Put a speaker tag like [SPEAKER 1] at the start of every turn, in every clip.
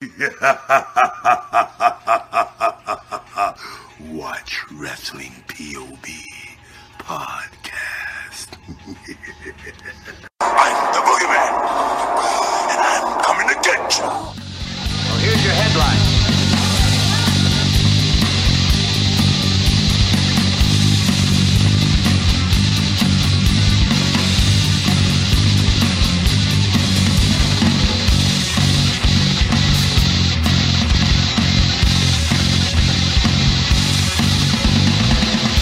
[SPEAKER 1] Watch Wrestling POB podcast. I'm the boogeyman, and I'm coming to get you.
[SPEAKER 2] Well, here's your headline.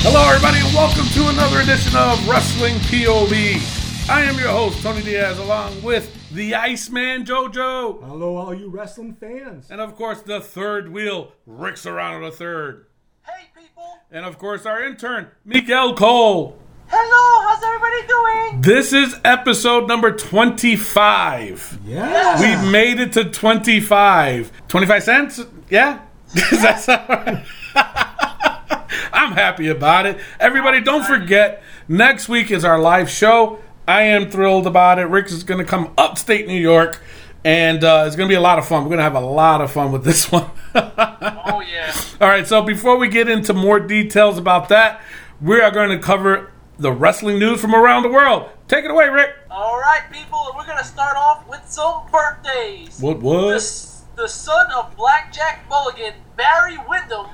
[SPEAKER 3] Hello, everybody, and welcome to another edition of Wrestling POV. I am your host, Tony Diaz, along with the Iceman JoJo,
[SPEAKER 4] Hello, all you wrestling fans.
[SPEAKER 3] and of course, the third wheel, Rick Serrano the third,
[SPEAKER 5] Hey people!
[SPEAKER 3] and of course, our intern, Miguel Cole.
[SPEAKER 5] Hello, how's everybody doing?
[SPEAKER 3] This is episode number 25.
[SPEAKER 4] Yeah.
[SPEAKER 3] We made it to 25. 25 cents? Yeah? Is that so? I'm happy about it. Everybody, don't forget, next week is our live show. I am thrilled about it. Rick is going to come upstate New York, and uh, it's going to be a lot of fun. We're going to have a lot of fun with this one.
[SPEAKER 5] Oh yeah.
[SPEAKER 3] All right, so before we get into more details about that, we are going to cover the wrestling news from around the world. Take it away, Rick.
[SPEAKER 5] Alright people, we're gonna start off with some birthdays.
[SPEAKER 3] What was?
[SPEAKER 5] The, the son of Blackjack Mulligan, Barry Windham,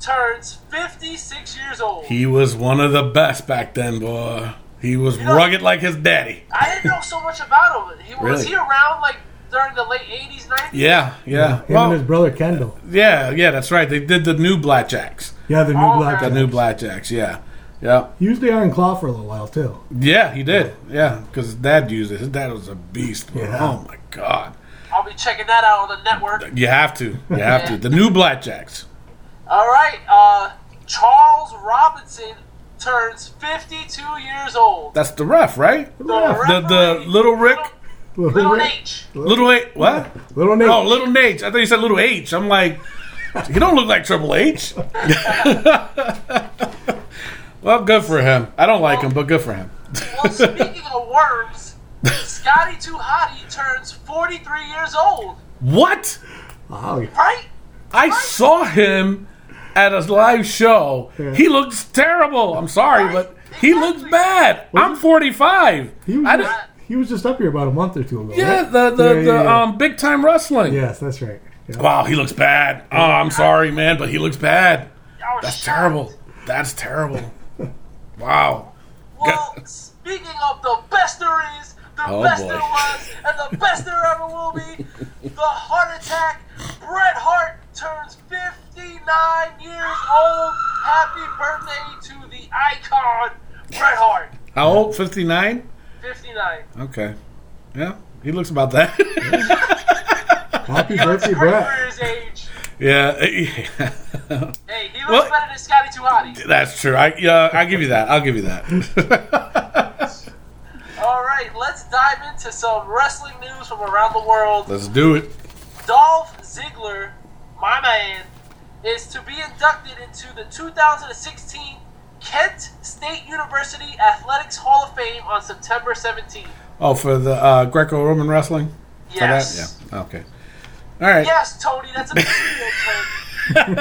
[SPEAKER 5] turns 56 years old.
[SPEAKER 3] He was one of the best back then, boy. He was rugged like his daddy.
[SPEAKER 5] I didn't know so much about him. He, Was
[SPEAKER 3] Really?
[SPEAKER 5] he around like during the late 80s, 90s?
[SPEAKER 3] Yeah, yeah.
[SPEAKER 4] Him and his
[SPEAKER 3] Well,
[SPEAKER 4] brother Kendall.
[SPEAKER 3] yeah, yeah, that's right. They did the new blackjacks.
[SPEAKER 4] Yeah, the new
[SPEAKER 5] Oh,
[SPEAKER 4] black.
[SPEAKER 5] okay.
[SPEAKER 3] The new blackjacks, yeah. Yeah.
[SPEAKER 4] Usually on Claw for a little while too.
[SPEAKER 3] Yeah, he did. Yeah, because his dad used it. His dad was a beast. bro.
[SPEAKER 4] Yeah.
[SPEAKER 3] Oh, my God.
[SPEAKER 5] I'll be checking that out on the network.
[SPEAKER 3] You have to. You have to. The new blackjacks.
[SPEAKER 5] Alright, uh, Charles Robinson turns 52 years old.
[SPEAKER 3] That's the ref, right? The, the
[SPEAKER 5] referee-
[SPEAKER 3] little Rick.
[SPEAKER 5] Little H.
[SPEAKER 3] Little H. What?
[SPEAKER 4] Little Nate.
[SPEAKER 3] Oh, little H. I thought you said little H. I'm like, you don't look like Triple H. well, good for him. I don't like him, but good for him.
[SPEAKER 5] Well, speaking of worms, Scotty Too Hottie turns 43 years old,
[SPEAKER 3] What?
[SPEAKER 4] Wow.
[SPEAKER 5] right?
[SPEAKER 3] I saw him at a live show. He looks terrible. I'm sorry, but he looks bad. I'm 45.
[SPEAKER 4] He was,
[SPEAKER 3] I
[SPEAKER 4] just,
[SPEAKER 3] don't-
[SPEAKER 4] he was just up here about a month or two ago.
[SPEAKER 3] yeah,
[SPEAKER 4] right?
[SPEAKER 3] the the,
[SPEAKER 4] Yeah, yeah,
[SPEAKER 3] the
[SPEAKER 4] yeah.
[SPEAKER 3] um big time wrestling.
[SPEAKER 4] Yes, that's right. Yeah.
[SPEAKER 3] Wow, he looks bad. Oh, I'm sorry, man, but he looks bad.
[SPEAKER 5] I was
[SPEAKER 3] That's
[SPEAKER 5] shocked.
[SPEAKER 3] terrible. That's terrible. Wow.
[SPEAKER 5] Well, speaking of the best there is, the
[SPEAKER 3] Oh,
[SPEAKER 5] best
[SPEAKER 3] boy.
[SPEAKER 5] there was, and the best there ever will be, the heart attack, Bret Hart turns 59 years old. Happy birthday to the icon, Bret Hart,
[SPEAKER 3] How old? 59?
[SPEAKER 5] 59.
[SPEAKER 3] Okay. Yeah, he looks about that.
[SPEAKER 4] Happy
[SPEAKER 5] That's
[SPEAKER 4] birthday,
[SPEAKER 5] great
[SPEAKER 4] Brett.
[SPEAKER 5] for his age.
[SPEAKER 3] yeah,
[SPEAKER 5] Hey, he looks
[SPEAKER 3] Well-
[SPEAKER 5] better than Scotty Too Hottie.
[SPEAKER 3] that's true. I yeah, I'll give you that. I'll give you that.
[SPEAKER 5] All right, let's dive into some wrestling news from around the world.
[SPEAKER 3] Let's do it.
[SPEAKER 5] Dolph Ziggler, my man, is to be inducted into the 2016 Kent State University Athletics Hall of Fame on September 17th.
[SPEAKER 3] Oh, for the uh, Greco-Roman wrestling. For
[SPEAKER 5] Yes.
[SPEAKER 3] That? Yeah. Okay. All right.
[SPEAKER 5] Yes, Tony, that's a big deal, Tony.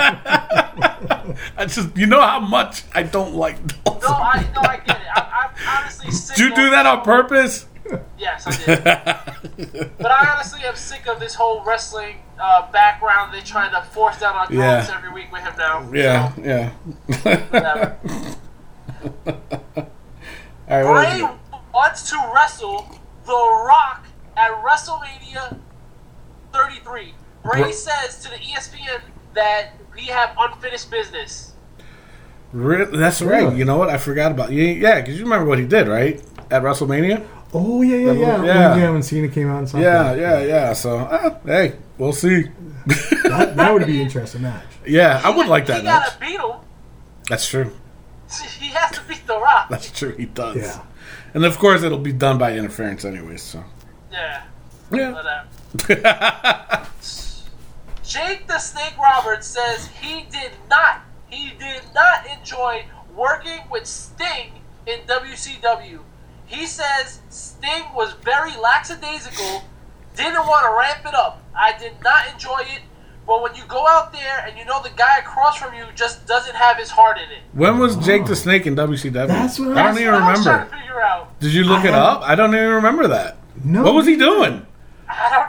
[SPEAKER 3] I just you know how much I don't like. Dolph.
[SPEAKER 5] No, I, no, I get it. I, I'm honestly sick
[SPEAKER 3] Did you do
[SPEAKER 5] of-
[SPEAKER 3] that on purpose?
[SPEAKER 5] Yes, I did. but I honestly am sick of this whole wrestling uh, background they're trying to force down our throats
[SPEAKER 3] Yeah.
[SPEAKER 5] every week with him now.
[SPEAKER 3] Yeah. Yeah.
[SPEAKER 5] Whatever.
[SPEAKER 3] All right. what is
[SPEAKER 5] Bray
[SPEAKER 3] it?
[SPEAKER 5] wants to wrestle The Rock at WrestleMania 33. Bray
[SPEAKER 3] Bra-
[SPEAKER 5] says to the E ESPN that we have unfinished business.
[SPEAKER 3] Re- that's right. You know what? I forgot about. you. Yeah, because you remember what he did, right? At WrestleMania.
[SPEAKER 4] Oh yeah, yeah, yeah.
[SPEAKER 3] little-
[SPEAKER 4] When
[SPEAKER 3] yeah.
[SPEAKER 4] Jam and Cena came out and something.
[SPEAKER 3] Yeah, yeah, yeah. So, uh, hey, we'll see.
[SPEAKER 4] That, that would be an interesting match.
[SPEAKER 3] Yeah, I would like that
[SPEAKER 5] He
[SPEAKER 3] match.
[SPEAKER 5] gotta beat him.
[SPEAKER 3] That's true.
[SPEAKER 5] He has to beat The Rock.
[SPEAKER 3] That's true. He does.
[SPEAKER 4] Yeah.
[SPEAKER 3] And of course, it'll be done by interference, anyways. So.
[SPEAKER 5] Yeah,
[SPEAKER 3] Yeah.
[SPEAKER 5] whatever. Jake the Snake Roberts says he did not, he did not enjoy working with Sting in WCW. He says Sting was very lackadaisical Didn't want to ramp it up. I did not enjoy it. But when you go out there and you know the guy across from you just doesn't have his heart in it,
[SPEAKER 3] When was Jake the Snake in WCW?
[SPEAKER 4] Oh. That's what
[SPEAKER 3] I
[SPEAKER 4] I
[SPEAKER 3] don't
[SPEAKER 4] was-
[SPEAKER 3] even
[SPEAKER 5] I was trying
[SPEAKER 3] remember.
[SPEAKER 5] to figure out.
[SPEAKER 3] Did you look
[SPEAKER 4] I
[SPEAKER 3] it
[SPEAKER 4] have-
[SPEAKER 3] up? I don't even remember that.
[SPEAKER 4] No.
[SPEAKER 3] What was he doing?
[SPEAKER 5] I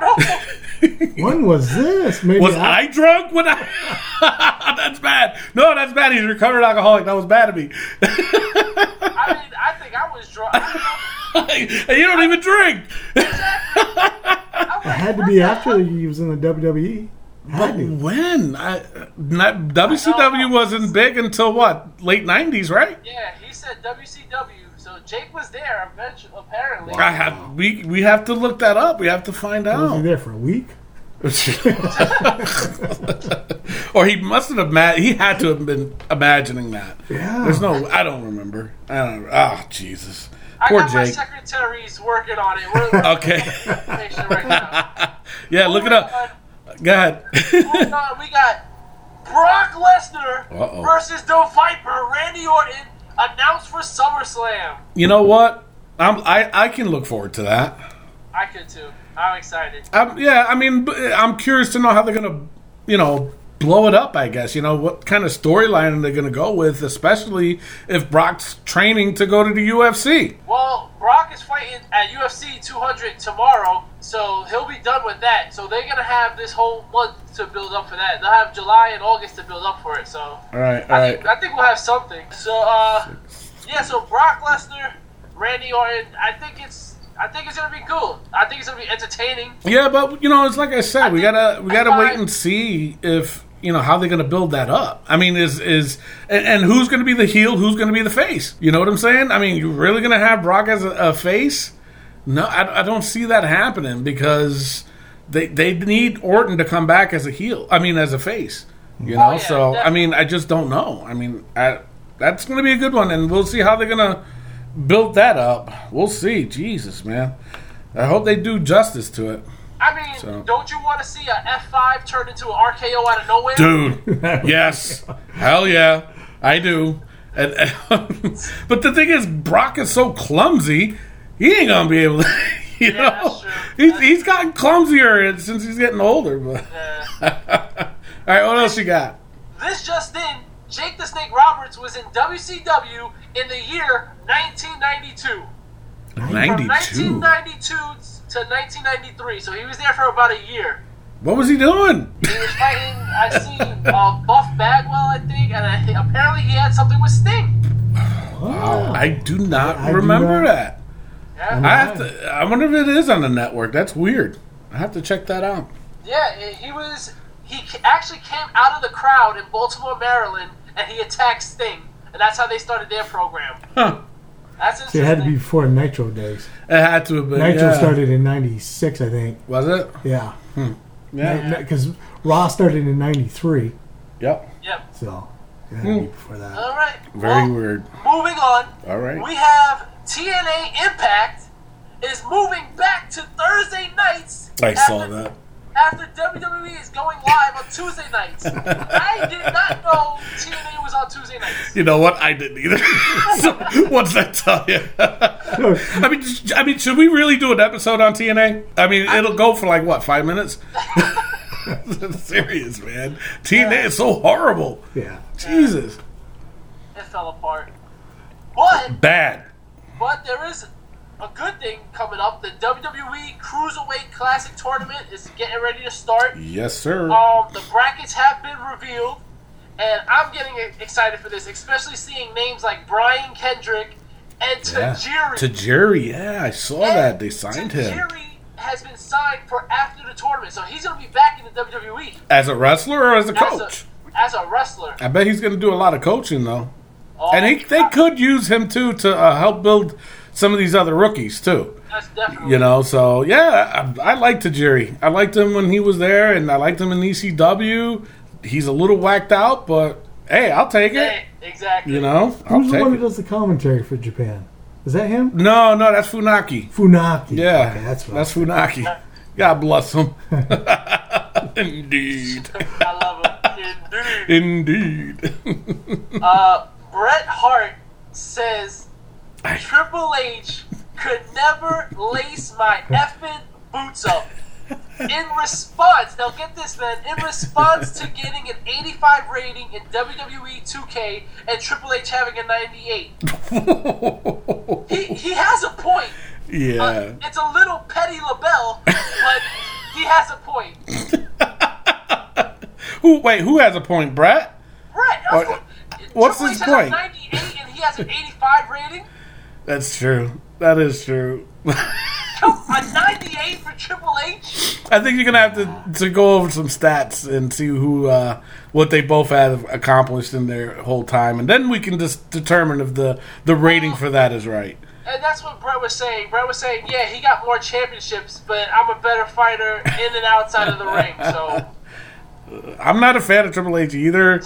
[SPEAKER 5] don't know.
[SPEAKER 4] When was this? Maybe
[SPEAKER 3] Was I drunk when I? that's bad. No, that's bad. He's a recovered alcoholic. That was bad of me.
[SPEAKER 5] I mean, I think I was drunk. I
[SPEAKER 3] and you don't even drink.
[SPEAKER 5] was
[SPEAKER 4] It had to be after he was in the WWE. Had to.
[SPEAKER 3] When? I, not, WCW wasn't big until what? Late '90s, right?
[SPEAKER 5] Yeah, he said WCW. So Jake was there eventually, apparently.
[SPEAKER 3] I have. We we have to look that up. We have to find
[SPEAKER 4] Was he
[SPEAKER 3] out.
[SPEAKER 4] there for a week?
[SPEAKER 3] or he must have. Ima- he had to have been imagining that.
[SPEAKER 4] Yeah.
[SPEAKER 3] There's no. I don't remember. I don't. Oh Jesus.
[SPEAKER 5] I
[SPEAKER 3] Poor
[SPEAKER 5] got my
[SPEAKER 3] Jake.
[SPEAKER 5] secretaries working on it. We're
[SPEAKER 3] Okay.
[SPEAKER 5] information right now.
[SPEAKER 3] yeah. Look it up. Go ahead.
[SPEAKER 5] Moving on, we got Brock Lesnar
[SPEAKER 3] Uh-oh.
[SPEAKER 5] versus the Viper, Randy Orton, announced for SummerSlam.
[SPEAKER 3] You know what? I'm, I I can look forward to that.
[SPEAKER 5] I could too. I'm excited.
[SPEAKER 3] i yeah, I mean, b- I'm curious to know how they're gonna, you know, blow it up. I guess you know what kind of storyline are they gonna go with, especially if Brock's training to go to the UFC.
[SPEAKER 5] Well, Brock is fighting at UFC 200 tomorrow, so he'll be done with that. So they're gonna have this whole month to build up for that. They'll have July and August to build up for it. So
[SPEAKER 3] All right, all
[SPEAKER 5] I think,
[SPEAKER 3] right.
[SPEAKER 5] I think we'll have something. So uh, yeah. So Brock Lesnar, Randy Orton. I think it's I think it's gonna be cool. I think it's gonna be entertaining.
[SPEAKER 3] Yeah, but you know, it's like I said, we
[SPEAKER 5] think-
[SPEAKER 3] gotta we gotta
[SPEAKER 5] I-
[SPEAKER 3] wait and see if you know how they're gonna build that up. I mean, is is and, and who's gonna be the heel? Who's gonna be the face? You know what I'm saying? I mean, you really gonna have Brock as a, a face? No, I, I don't see that happening because they they need Orton to come back as a heel. I mean, as a face. You know,
[SPEAKER 5] Oh, yeah,
[SPEAKER 3] so I
[SPEAKER 5] definitely.
[SPEAKER 3] mean, I just don't know. I mean, I, that's gonna be a good one, and we'll see how they're gonna build that up. We'll see. Jesus, man. I hope they do justice to it.
[SPEAKER 5] I mean,
[SPEAKER 3] So-
[SPEAKER 5] don't you want to see a F5 turn into an RKO out of nowhere?
[SPEAKER 3] dude. yes, hell yeah, I do. And, and- but the thing is, Brock is so clumsy, he ain't gonna be able to. You
[SPEAKER 5] Yeah, that's
[SPEAKER 3] know,
[SPEAKER 5] true.
[SPEAKER 3] he's, he's gotten clumsier since he's getting older. But all right, what else you got?
[SPEAKER 5] Uh, This just in, Jake the Snake Roberts was in WCW in the year 1992. From
[SPEAKER 3] Ninety two.
[SPEAKER 5] 1992 to 1993, so he was there for about a year.
[SPEAKER 3] What was he doing?
[SPEAKER 5] He was fighting, I see, uh, Buff Bagwell, I think, and I, thi- apparently he had something with Sting.
[SPEAKER 3] I do not
[SPEAKER 4] I do
[SPEAKER 3] remember
[SPEAKER 4] not-
[SPEAKER 3] that.
[SPEAKER 5] Yeah,
[SPEAKER 3] I have to. I wonder if it is on the network. That's weird. I have to check that out.
[SPEAKER 5] yeah eh, he was. He ca- actually came out of the crowd in Baltimore, Maryland, and he attacked Sting, and that's how they started their program.
[SPEAKER 3] Huh?
[SPEAKER 5] That's
[SPEAKER 4] So
[SPEAKER 5] interesting.
[SPEAKER 4] it had to be before Nitro days.
[SPEAKER 3] It had to have been.
[SPEAKER 4] Nitro
[SPEAKER 3] yeah.
[SPEAKER 4] started in '96, I think.
[SPEAKER 3] Was it?
[SPEAKER 4] Yeah,
[SPEAKER 3] Yeah.
[SPEAKER 4] because Raw started in '93,
[SPEAKER 3] Yep.
[SPEAKER 5] Yep.
[SPEAKER 4] so it
[SPEAKER 3] Hmm.
[SPEAKER 4] had to be before that.
[SPEAKER 5] All right.
[SPEAKER 3] Very
[SPEAKER 5] well,
[SPEAKER 3] weird.
[SPEAKER 5] Moving on.
[SPEAKER 3] All right.
[SPEAKER 5] We have TNA Impact is moving back to Thursday nights.
[SPEAKER 3] I
[SPEAKER 5] after,
[SPEAKER 3] saw that.
[SPEAKER 5] After WWE is going live on Tuesday nights. I did not know TNA was on Tuesday nights.
[SPEAKER 3] You know what? I didn't either. so, what's that tell you?
[SPEAKER 4] So,
[SPEAKER 3] I mean, sh- I mean, should we really do an episode on TNA? I mean, it'll go for like what five minutes. Serious man, TNA is so horrible.
[SPEAKER 4] yeah,
[SPEAKER 3] Jesus,
[SPEAKER 5] It fell apart. But
[SPEAKER 3] bad.
[SPEAKER 5] but there is a good thing coming up. The WWE Cruiserweight Classic tournament is getting ready to start.
[SPEAKER 3] Yes, sir.
[SPEAKER 5] Um, the brackets have been revealed, and I'm getting excited for this, especially seeing names like Brian Kendrick and
[SPEAKER 3] yeah.
[SPEAKER 5] Tajiri.
[SPEAKER 3] Tajiri, yeah, I saw
[SPEAKER 5] And
[SPEAKER 3] that they signed him
[SPEAKER 5] Tajiri has been signed for after the tournament, so he's going to be back in the WWE
[SPEAKER 3] as a wrestler or as a
[SPEAKER 5] as
[SPEAKER 3] coach.
[SPEAKER 5] a, as a wrestler.
[SPEAKER 3] I bet he's going to do a lot of coaching though,
[SPEAKER 5] Oh,
[SPEAKER 3] and he, they could use him too to uh, help build some of these other rookies too.
[SPEAKER 5] that's definitely
[SPEAKER 3] You know, so yeah, I, I liked Tajiri. I liked him when he was there, and I liked him in ECW. He's a little whacked out, but hey, I'll take it.
[SPEAKER 5] Hey, exactly.
[SPEAKER 3] You know, I'll
[SPEAKER 4] who's the
[SPEAKER 3] take
[SPEAKER 4] one who
[SPEAKER 3] it.
[SPEAKER 4] does the commentary for Japan? Is that him?
[SPEAKER 3] No, no, that's Funaki.
[SPEAKER 4] Funaki.
[SPEAKER 3] Yeah,
[SPEAKER 4] Okay,
[SPEAKER 3] that's
[SPEAKER 4] that's what.
[SPEAKER 3] Funaki. God bless him. Indeed,
[SPEAKER 5] I love him. Indeed.
[SPEAKER 3] indeed.
[SPEAKER 5] Uh, Bret Hart says Triple H could never lace my effing boots up. in response, now get this, man. In response to getting an 85 rating in WWE 2K and Triple H having a 98, he, he has a point.
[SPEAKER 3] yeah.
[SPEAKER 5] Uh, it's a little petty LaBelle, but he has a point.
[SPEAKER 3] who? Wait, who has a point, Brett?
[SPEAKER 5] Brett, of
[SPEAKER 3] Or-
[SPEAKER 5] course-
[SPEAKER 3] what's
[SPEAKER 5] Triple
[SPEAKER 3] his
[SPEAKER 5] H has a
[SPEAKER 3] point?
[SPEAKER 5] 98 and he has an 85 rating.
[SPEAKER 3] That's true. That is true.
[SPEAKER 5] Come- A 98 for Triple H?
[SPEAKER 3] I think you're gonna have to, to go over some stats and see who uh, what they both have accomplished in their whole time, and then we can just determine if the the rating for that is right.
[SPEAKER 5] And that's what Brett was saying. Brett was saying, yeah, he got more championships, but I'm a better fighter in and outside of the ring. So,
[SPEAKER 3] I'm not a fan of Triple H either.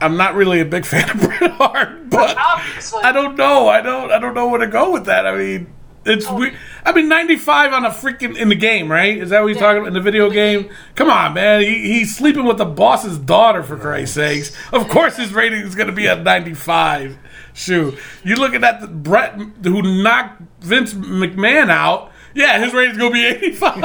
[SPEAKER 3] I'm not really a big fan of Bret Hart, but
[SPEAKER 5] obviously.
[SPEAKER 3] I don't know. I don't. I don't know where to go with that. I mean, it's we. I mean, 95 on a freaking in the game, right? Is that what you're talking about in the video game? Come on, man. He, he's sleeping with the boss's daughter for Christ's sakes. Of course, his rating is going to be a 95. Shoot, you're looking at the Brett who knocked Vince McMahon out. Yeah, his rating's gonna be 85.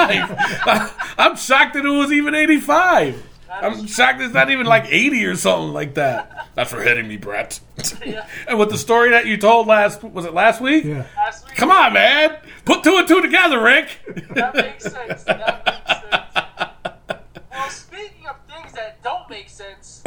[SPEAKER 3] I'm shocked that it was even 85. I'm shocked it's not even like 80 or something like that. That's for hitting me, Brett. and with the story that you told last, was it last week?
[SPEAKER 4] Yeah.
[SPEAKER 5] last week,
[SPEAKER 3] Come on, man. Put two and two together, Rick.
[SPEAKER 5] That makes sense. That makes sense. Well, speaking of things that don't make sense,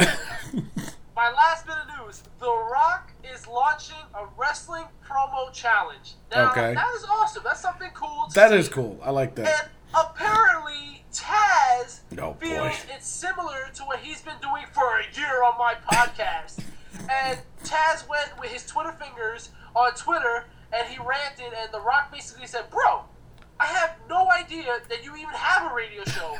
[SPEAKER 5] my last bit of news: The Rock is launching a wrestling promo challenge. Now,
[SPEAKER 3] Okay.
[SPEAKER 5] that is awesome. That's something cool. To
[SPEAKER 3] that
[SPEAKER 5] see.
[SPEAKER 3] is cool. I like that.
[SPEAKER 5] And apparently, Taz
[SPEAKER 3] Oh, boy.
[SPEAKER 5] feels it's similar to what he's been doing for a year on my podcast. and Taz went with his Twitter fingers on Twitter and he ranted, and The Rock basically said, Bro, I have no idea that you even have a radio show.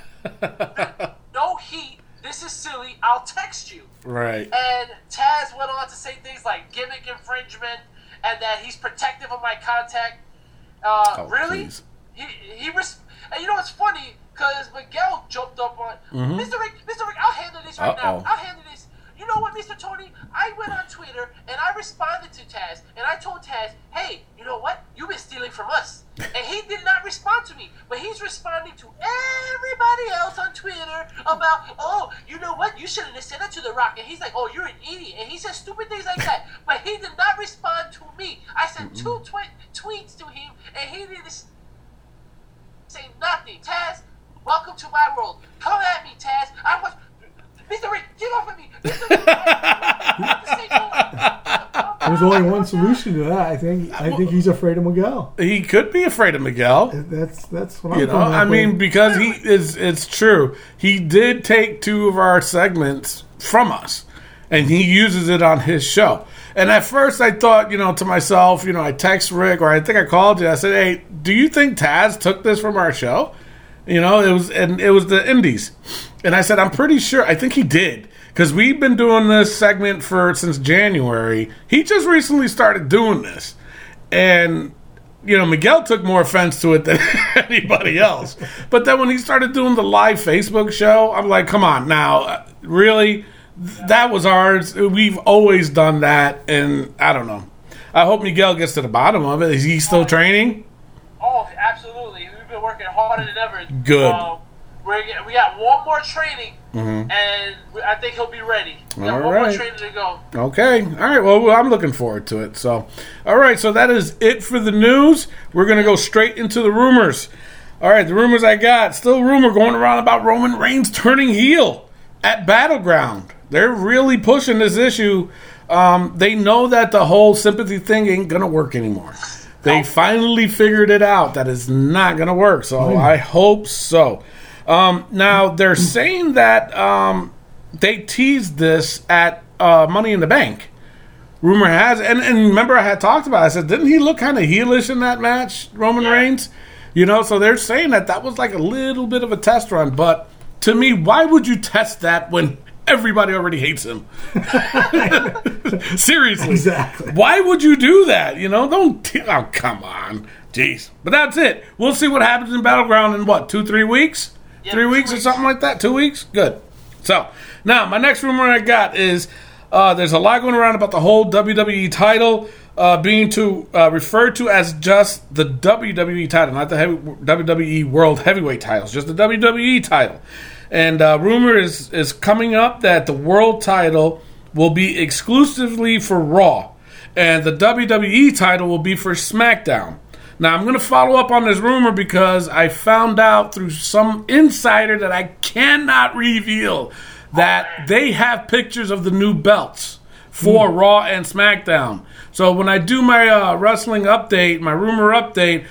[SPEAKER 5] no heat. This is silly. I'll text you.
[SPEAKER 3] Right.
[SPEAKER 5] And Taz went on to say things like gimmick infringement and that he's protective of my contact. Uh,
[SPEAKER 3] Oh,
[SPEAKER 5] really?
[SPEAKER 3] please.
[SPEAKER 5] He he. Res- and you know what's funny? Because Miguel jumped up on Mr. Rick. Mr. Rick, I'll handle this right
[SPEAKER 3] Uh-oh.
[SPEAKER 5] now. I'll handle this. You know what, Mr. Tony? I went on Twitter and I responded to Taz and I told Taz, "Hey, you know what? You've been stealing from us." and he did not respond to me, but he's responding to everybody else on Twitter about, "Oh, you know what? You shouldn't have said that to The Rock." And he's like, "Oh, you're an idiot," and he says stupid things like that. But he did not respond to me. I sent two twi- tweets to him, and he didn't s- say nothing. Taz, welcome to my world. Come at me, Taz. I was. Mr. Rick, get off of me! Mr. Rick,
[SPEAKER 4] There's only one solution to that. I think. I think he's afraid of Miguel.
[SPEAKER 3] He could be afraid of Miguel.
[SPEAKER 4] That's that's what I'm.
[SPEAKER 3] You know,
[SPEAKER 4] coming up
[SPEAKER 3] I mean,
[SPEAKER 4] with.
[SPEAKER 3] because he is, it's true. He did take two of our segments from us, and he uses it on his show. And at first, I thought, you know, to myself, you know, I text Rick, or I think I called you. I said, "Hey, do you think Taz took this from our show?" You know, it was, and it was the Indies, and I said, "I'm pretty sure. I think he did." Because we've been doing this segment for since January. He just recently started doing this and you know Miguel took more offense to it than anybody else. But then when he started doing the live Facebook show, I'm like, come on now, uh, really? Th- That was ours. We've always done that, and I don't know. I hope Miguel gets to the bottom of it. Is he still training?
[SPEAKER 5] Oh, absolutely. We've been working harder than ever.
[SPEAKER 3] Good. Mm-hmm.
[SPEAKER 5] Um, we're, get- we got one more training, and we- I think he'll be ready. We got
[SPEAKER 3] All
[SPEAKER 5] one
[SPEAKER 3] right.
[SPEAKER 5] more training to go.
[SPEAKER 3] Okay. All right. Well, I'm looking forward to it. So, all right. So that is it for the news. We're gonna go straight into the rumors. All right. The rumors I got still rumor going around about Roman Reigns turning heel at Battleground. They're really pushing this issue. Um, they know that the whole sympathy thing ain't gonna work anymore. They finally figured it out that it's not gonna work. So I hope so. Um, now they're saying that um, they teased this at uh, Money in the Bank. Rumor has, and, and remember I had talked about. It, I said, didn't he look kind of heelish in that match, Roman Reigns? You know, so they're saying that that was like a little bit of a test run. But to me, why would you test that when everybody already hates him? Seriously,
[SPEAKER 4] Exactly.
[SPEAKER 3] Why would you do that? You know, don't. T- oh, come on, jeez. But that's it. We'll see what happens in Battleground in what two, three weeks, three
[SPEAKER 5] two
[SPEAKER 3] weeks or
[SPEAKER 5] weeks.
[SPEAKER 3] something like that. Two weeks, good. So now my next rumor I got is uh, there's a lot going around about the whole WWE title. uh, being to uh, referred to as just the WWE title, not the heavy, WWE World Heavyweight titles, just the WWE title. And uh, rumor is is coming up that the world title will be exclusively for Raw, and the WWE title will be for SmackDown. Now I'm going to follow up on this rumor because I found out through some insider that I cannot reveal that they have pictures of the new belts for Raw and SmackDown. So when I do my uh, wrestling update, my rumor update,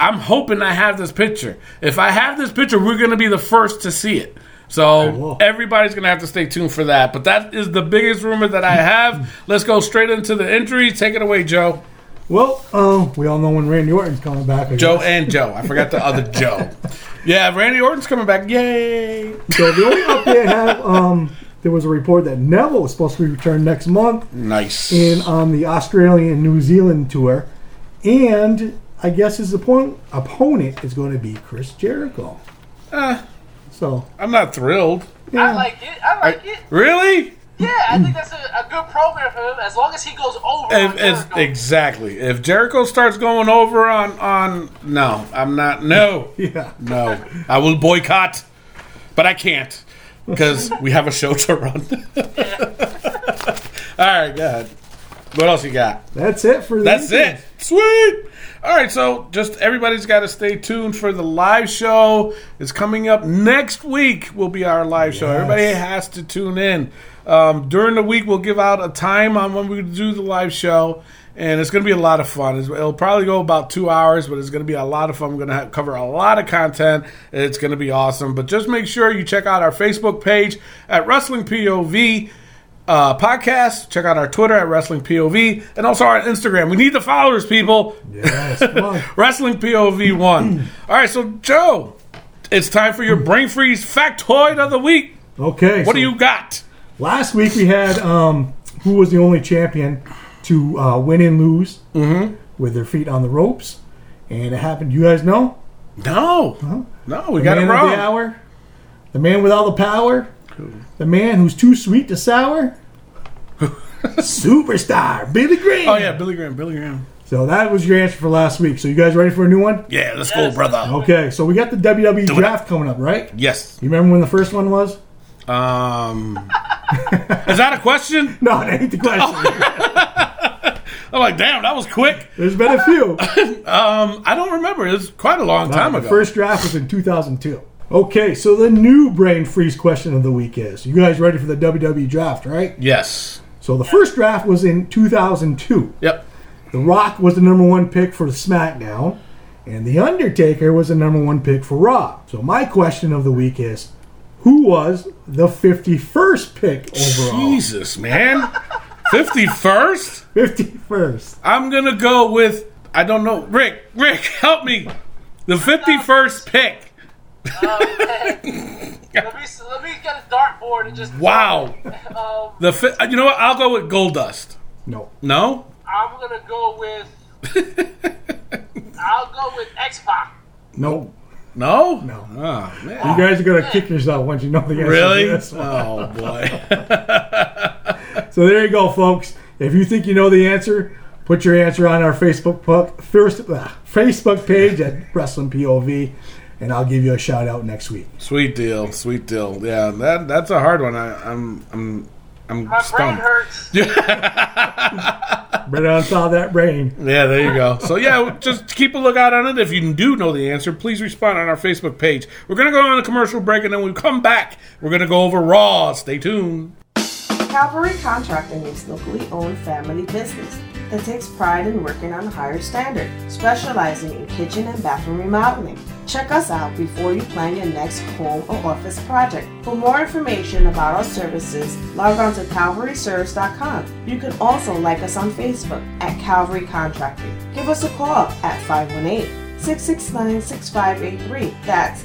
[SPEAKER 3] I'm hoping I have this picture. If I have this picture, we're going to be the first to see it. So
[SPEAKER 4] will.
[SPEAKER 3] everybody's going to have to stay tuned for that. But that is the biggest rumor that I have. Let's go straight into the injuries. Take it away, Joe.
[SPEAKER 4] Well, um, we all know when Randy Orton's coming back. I
[SPEAKER 3] Joe
[SPEAKER 4] guess.
[SPEAKER 3] and Joe. I forgot the other Joe. Yeah, Randy Orton's coming back. Yay!
[SPEAKER 4] So the only update I have, um, there was a report that Neville was supposed to return next month
[SPEAKER 3] Nice.
[SPEAKER 4] in on the Australian New Zealand tour, and I guess his opponent opponent is going to be Chris Jericho.
[SPEAKER 3] Uh,
[SPEAKER 4] So
[SPEAKER 3] I'm not thrilled.
[SPEAKER 5] I like it. I like it.
[SPEAKER 3] Really?
[SPEAKER 5] Yeah, I think that's a, a good program for him as long as he goes over.
[SPEAKER 3] If, as-
[SPEAKER 5] on Jericho.
[SPEAKER 3] exactly. If Jericho starts going over on on no, I'm not. No,
[SPEAKER 4] yeah,
[SPEAKER 3] no, I will boycott, but I can't because we have a show to run. All right, go ahead. What else you got?
[SPEAKER 4] that's it for the
[SPEAKER 3] That's
[SPEAKER 4] weekend.
[SPEAKER 3] it. Sweet. All right, so just everybody's got to stay tuned for the live show. It's coming up next week. Will be our live show. Everybody has to tune in. Um, during the week, we'll give out a time on when we do the live show, and it's going to be a lot of fun. It's- It'll probably go about two hours, but it's going to be a lot of fun. We're going to have, cover a lot of content. It's going to be awesome. But just make sure you check out our Facebook page at Wrestling POV uh, podcast. Check out our Twitter at Wrestling POV and also our Instagram. We need the followers, people.
[SPEAKER 4] Yes, come on.
[SPEAKER 3] Wrestling POV one. All right, so Joe, it's time for your brain freeze factoid of the week.
[SPEAKER 4] Okay.
[SPEAKER 3] What do
[SPEAKER 4] so
[SPEAKER 3] you got?
[SPEAKER 4] Last week we had um, who was the only champion to uh, win and lose
[SPEAKER 3] Mm-hmm.
[SPEAKER 4] with their feet on the ropes, and it happened. You guys know
[SPEAKER 3] No, no, we got
[SPEAKER 4] man
[SPEAKER 3] it
[SPEAKER 4] of the
[SPEAKER 3] wrong.
[SPEAKER 4] hour, the man with all the power, the man who's too sweet to sour, superstar Billy Graham.
[SPEAKER 3] Oh yeah, Billy Graham, Billy Graham.
[SPEAKER 4] So that was your answer for last week. So you guys ready for a new one?
[SPEAKER 3] Yeah, let's go, brother.
[SPEAKER 4] Okay. So we got the WWE
[SPEAKER 3] it.
[SPEAKER 4] draft coming up, right?
[SPEAKER 3] Yes.
[SPEAKER 4] You remember when the first one was?
[SPEAKER 3] Um, is that a question?
[SPEAKER 4] No, that ain't the question.
[SPEAKER 3] Oh. I'm like, damn, that was quick.
[SPEAKER 4] There's been a few.
[SPEAKER 3] Um, I don't remember. It was quite a long time
[SPEAKER 4] the
[SPEAKER 3] ago.
[SPEAKER 4] first draft was in 2002. Okay, so the new brain freeze question of the week is: You guys ready for the WWE draft, right?
[SPEAKER 3] yes.
[SPEAKER 4] So the first draft was in 2002.
[SPEAKER 3] Yep.
[SPEAKER 4] The Rock was the number one pick for SmackDown, and The Undertaker was the number one pick for Raw. So my question of the week is: Who was the 51st pick overall?
[SPEAKER 3] Jesus, man. 51st?
[SPEAKER 4] 51st.
[SPEAKER 3] I'm going to go with, I don't know. Rick, Rick, help me. The 51st pick.
[SPEAKER 5] Let me let me get a dartboard and just.
[SPEAKER 3] Wow.
[SPEAKER 5] Um,
[SPEAKER 3] The fi- You know what? I'll go with Goldust.
[SPEAKER 4] No.
[SPEAKER 3] No?
[SPEAKER 5] I'm gonna go with. I'll go with X Pac.
[SPEAKER 4] No.
[SPEAKER 3] No?
[SPEAKER 4] No.
[SPEAKER 3] Oh,
[SPEAKER 4] You
[SPEAKER 3] man.
[SPEAKER 4] guys are gonna kick yourself once you know the answer. to
[SPEAKER 3] Really?
[SPEAKER 4] this one.
[SPEAKER 3] Oh, boy.
[SPEAKER 4] So there you go, folks. If you think you know the answer, put your answer on our Facebook pu- first uh, Facebook page at Wrestling POV, and I'll give you a shout out next week.
[SPEAKER 3] Sweet deal. Sweet deal. Yeah, that that's a hard one. I, I'm, I'm, I'm
[SPEAKER 5] My brain
[SPEAKER 3] stumped.
[SPEAKER 5] hurts.
[SPEAKER 4] Right on top of that brain.
[SPEAKER 3] Yeah, there you go. So yeah, just keep a lookout on it. If you do know the answer, please respond on our Facebook page. We're gonna go on a commercial break, and then when we come back, we're gonna go over Raw. Stay tuned.
[SPEAKER 6] Calvary Contracting is locally owned family business that takes pride in working on a higher standard, specializing in kitchen and bathroom remodeling. Check us out before you plan your next home or office project. For more information about our services, log on to calvaryserves.com. You can also like us on Facebook at Calvary Contracting. Give us a call at 518- 669-6583. That's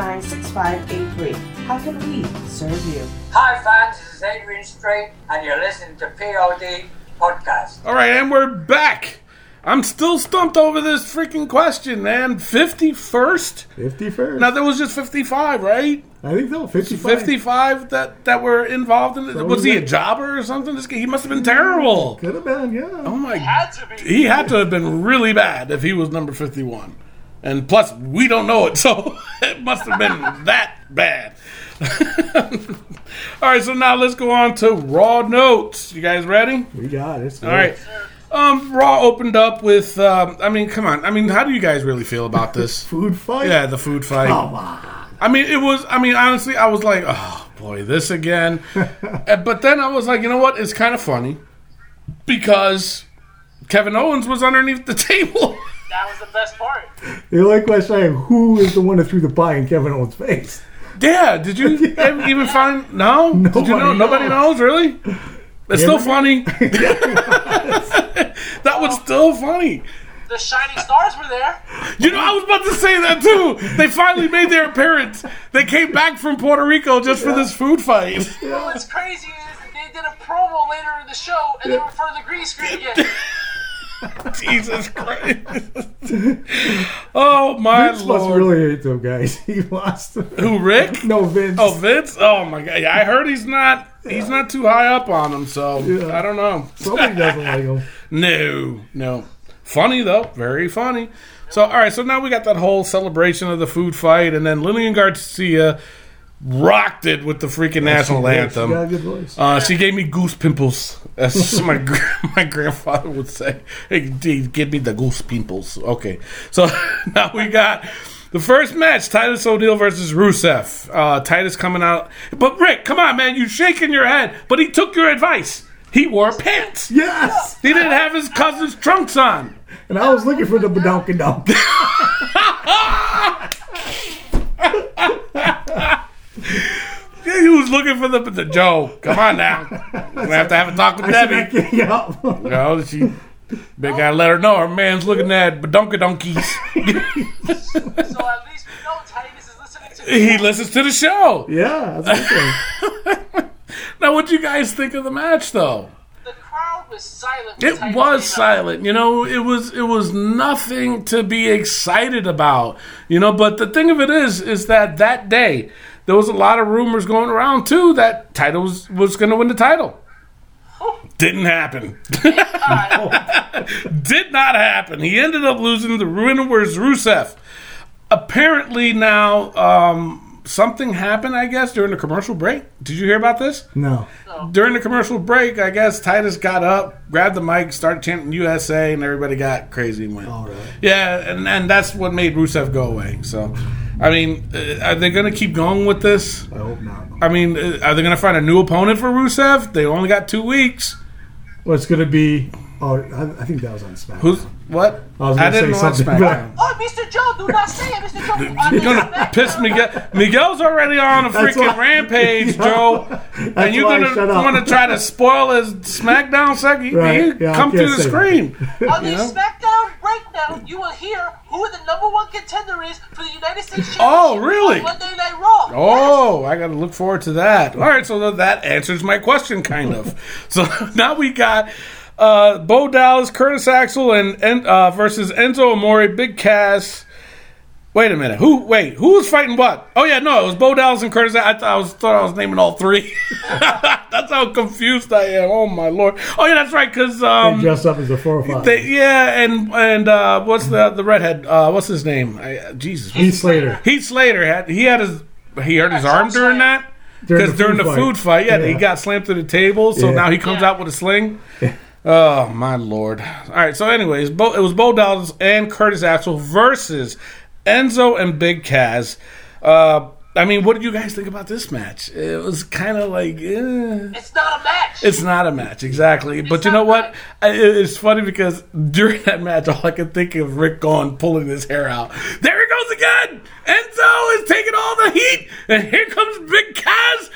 [SPEAKER 6] 518-669-6583. How can we serve you?
[SPEAKER 7] Hi fans, this is Adrian Straight and you're listening to POD Podcast.
[SPEAKER 3] All right, and we're back. I'm still stumped over this freaking question, man. 51st?
[SPEAKER 4] 51st.
[SPEAKER 3] Now there was just 55, right?
[SPEAKER 4] I think no, 55.
[SPEAKER 3] 55 that that were involved in it.
[SPEAKER 4] So
[SPEAKER 3] was
[SPEAKER 4] was
[SPEAKER 3] he a
[SPEAKER 4] it.
[SPEAKER 3] jobber or something? This guy, he must have been terrible.
[SPEAKER 4] Could have been, yeah.
[SPEAKER 3] Oh my
[SPEAKER 5] Had to be.
[SPEAKER 3] He had to have been really bad if he was number 51. And plus, we don't know it, so it must have been that bad. All right, so now let's go on to raw notes. You guys ready?
[SPEAKER 4] We got it.
[SPEAKER 3] All right. Um, Raw opened up with. Um, I mean, come on. I mean, how do you guys really feel about this?
[SPEAKER 4] Food fight? Oh.
[SPEAKER 3] yeah, the food fight.
[SPEAKER 4] Come on.
[SPEAKER 3] I mean, it was. I mean, honestly, I was like, oh boy, this again. Uh, but then I was like, you know what? It's kind of funny because Kevin Owens was underneath the table.
[SPEAKER 5] That was the best part.
[SPEAKER 4] They like last time, who is the one that threw the pie in Kevin Owens' face?
[SPEAKER 3] yeah. Did you ev- even find? No. did you
[SPEAKER 4] Nobody
[SPEAKER 3] know? Nobody knows really. It's still
[SPEAKER 4] Everybody-
[SPEAKER 3] funny. that was still funny.
[SPEAKER 5] The shining stars were there.
[SPEAKER 3] You know, I was about to say that too. They finally made their appearance. They came back from Puerto Rico just for this food fight.
[SPEAKER 5] What's crazy is they did a promo later in the show and they were for the green screen again.
[SPEAKER 3] Jesus Christ. Oh my
[SPEAKER 4] Vince must
[SPEAKER 3] lord.
[SPEAKER 4] really hate them guys. He lost.
[SPEAKER 3] Who Rick?
[SPEAKER 4] No, Vince.
[SPEAKER 3] Oh Vince? Oh my god. Yeah, I heard he's not he's not too high up on him, so
[SPEAKER 4] Yeah.
[SPEAKER 3] I don't know.
[SPEAKER 4] Somebody doesn't like him.
[SPEAKER 3] No, no. Funny though, very funny. So all right, so now we got that whole celebration of the food fight, and then Lillian Garcia rocked it with the freaking national anthem.
[SPEAKER 4] She got a good voice.
[SPEAKER 3] Uh, she gave me goose pimples, as my gr- my grandfather would say. Hey, d- give me the goose pimples. Okay, so now we got the first match: Titus O'Neil versus Rusev. Uh, Titus coming out, but Rick, come on, man, you shaking your head. But he took your advice. He wore pants.
[SPEAKER 4] yes!
[SPEAKER 3] He didn't have his cousin's trunks on.
[SPEAKER 4] And I was looking for the badonka donk.
[SPEAKER 3] He was looking for the the Joe. Come on now, we have to have a talk with
[SPEAKER 4] I
[SPEAKER 3] Debbie.
[SPEAKER 4] can't get up.
[SPEAKER 3] You know, she. Big guy let her know her man's looking at badonka donkeys.
[SPEAKER 5] So at least we know Titus is listening to
[SPEAKER 3] he listens to the show.
[SPEAKER 4] yeah, that's okay.
[SPEAKER 3] Now, what do you guys think of the match, though?
[SPEAKER 5] The crowd was silent. when
[SPEAKER 3] It
[SPEAKER 5] Titus
[SPEAKER 3] was
[SPEAKER 5] came out.
[SPEAKER 3] silent. You know, it was it was nothing to be excited about. You know, but the thing of it is, is that that day there was a lot of rumors going around too that title was, was going to win the title. Didn't happen. Did not happen. He ended up losing the ruin was Rusev. Apparently now um, something happened, I guess, during the commercial break. Did you hear about this?
[SPEAKER 4] No.
[SPEAKER 3] during the commercial break, I guess Titus got up, grabbed the mic, started chanting USA, and everybody got crazy and went.
[SPEAKER 4] All right.
[SPEAKER 3] Yeah, and, and that's what made Rusev go away. So, I mean, uh, are they going to keep going with this?
[SPEAKER 4] I hope not.
[SPEAKER 3] I mean, uh, are they going to find a new opponent for Rusev? They only got two weeks.
[SPEAKER 4] Well, it's going to be. Oh, I, I think that was on SmackDown.
[SPEAKER 3] Who's what?
[SPEAKER 4] I was gonna
[SPEAKER 3] didn't
[SPEAKER 4] say
[SPEAKER 3] watch
[SPEAKER 4] something,
[SPEAKER 3] SmackDown.
[SPEAKER 5] Oh, Mr. Joe, do not say it, Mr. Joe. I
[SPEAKER 3] You're
[SPEAKER 5] mean,
[SPEAKER 3] gonna piss Miguel. Miguel's already on a
[SPEAKER 4] That's
[SPEAKER 3] freaking
[SPEAKER 4] why-
[SPEAKER 3] rampage,
[SPEAKER 4] Yeah.
[SPEAKER 3] Joe, and
[SPEAKER 4] That's
[SPEAKER 3] you're
[SPEAKER 4] why I
[SPEAKER 3] gonna
[SPEAKER 4] shut up.
[SPEAKER 3] want to try to spoil his SmackDown segment.
[SPEAKER 4] Right.
[SPEAKER 3] You
[SPEAKER 4] Yeah, I
[SPEAKER 3] come
[SPEAKER 4] can't
[SPEAKER 3] through the
[SPEAKER 4] say that.
[SPEAKER 3] screen.
[SPEAKER 5] On the
[SPEAKER 3] Yeah.
[SPEAKER 5] SmackDown breakdown, you will hear who the number one contender is for the United States Championship.
[SPEAKER 3] Oh, really?
[SPEAKER 5] On Monday Night Raw.
[SPEAKER 3] Oh, I got to look forward to that. All right, so that answers my question, kind of. so now we got uh, Bo Dallas, Curtis Axel, and, and uh, versus Enzo Amore, Big Cass. Wait a minute. Who? Wait. Who was fighting what? Oh yeah, no, it was Bo Dallas and Curtis. I, thought I was thought I was naming all three. that's how confused I am. Oh my lord. Oh yeah, that's right. Because um,
[SPEAKER 4] dressed up as a 4 or 5.
[SPEAKER 3] they, yeah, and and uh, what's the the redhead? Uh, what's his name? I, uh, Jesus.
[SPEAKER 4] Heath Slater.
[SPEAKER 3] Heath Slater had he had his he hurt his
[SPEAKER 5] That's
[SPEAKER 3] arm
[SPEAKER 5] what I'm
[SPEAKER 3] during
[SPEAKER 5] saying.
[SPEAKER 3] that because during the food fight, yeah, he got slammed through the table, so
[SPEAKER 4] Yeah.
[SPEAKER 3] now he comes out with a sling. Oh my lord! All right, so anyways, Bo, it was Bo Dallas and Curtis Axel versus Enzo and Big Kaz. Uh, I mean, what did you guys think about this match? It was kind of like. eh.
[SPEAKER 5] It's not a match.
[SPEAKER 3] It's not a match, exactly. but you
[SPEAKER 5] not
[SPEAKER 3] know what?
[SPEAKER 5] good.
[SPEAKER 3] I- it- It's funny because during that match, all I could think of Rick going pulling his hair out. There he goes again. Enzo is taking all the heat, and here comes Big Kaz.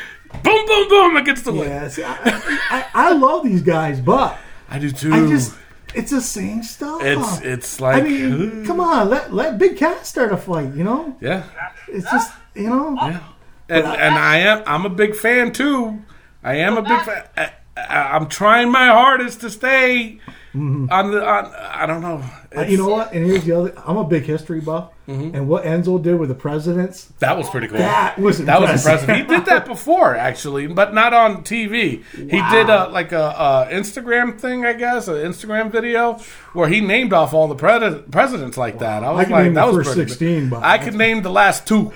[SPEAKER 3] Boom, boom, boom against the wall.
[SPEAKER 4] Yeah, see, I, I, I love these guys, but
[SPEAKER 3] I do too.
[SPEAKER 4] I just. It's the same stuff.
[SPEAKER 3] it's it's
[SPEAKER 4] I
[SPEAKER 3] like
[SPEAKER 4] mean, come on, let let Big Cat start a fight. You know,
[SPEAKER 3] yeah,
[SPEAKER 4] it's just you know.
[SPEAKER 3] and and I am I'm a big fan too. I am a big fan. I, I, I'm trying my hardest to stay On the on, I don't know.
[SPEAKER 4] Mm-hmm. Uh, you know what? And here's the other. I'm a big history buff,
[SPEAKER 3] Mm-hmm.
[SPEAKER 4] and what Enzo did with the presidents,
[SPEAKER 3] that was pretty cool.
[SPEAKER 4] that was
[SPEAKER 3] That was
[SPEAKER 4] impressive.
[SPEAKER 3] impressive. He did that before, actually, but not on TV. He did a, like a, a Instagram thing, I guess, an Instagram video where he named off all the pre- presidents like that. I was
[SPEAKER 4] I can
[SPEAKER 3] like,
[SPEAKER 4] name
[SPEAKER 3] that
[SPEAKER 4] the
[SPEAKER 3] was
[SPEAKER 4] first
[SPEAKER 3] pretty-
[SPEAKER 4] 16, but-
[SPEAKER 3] I could name the last two.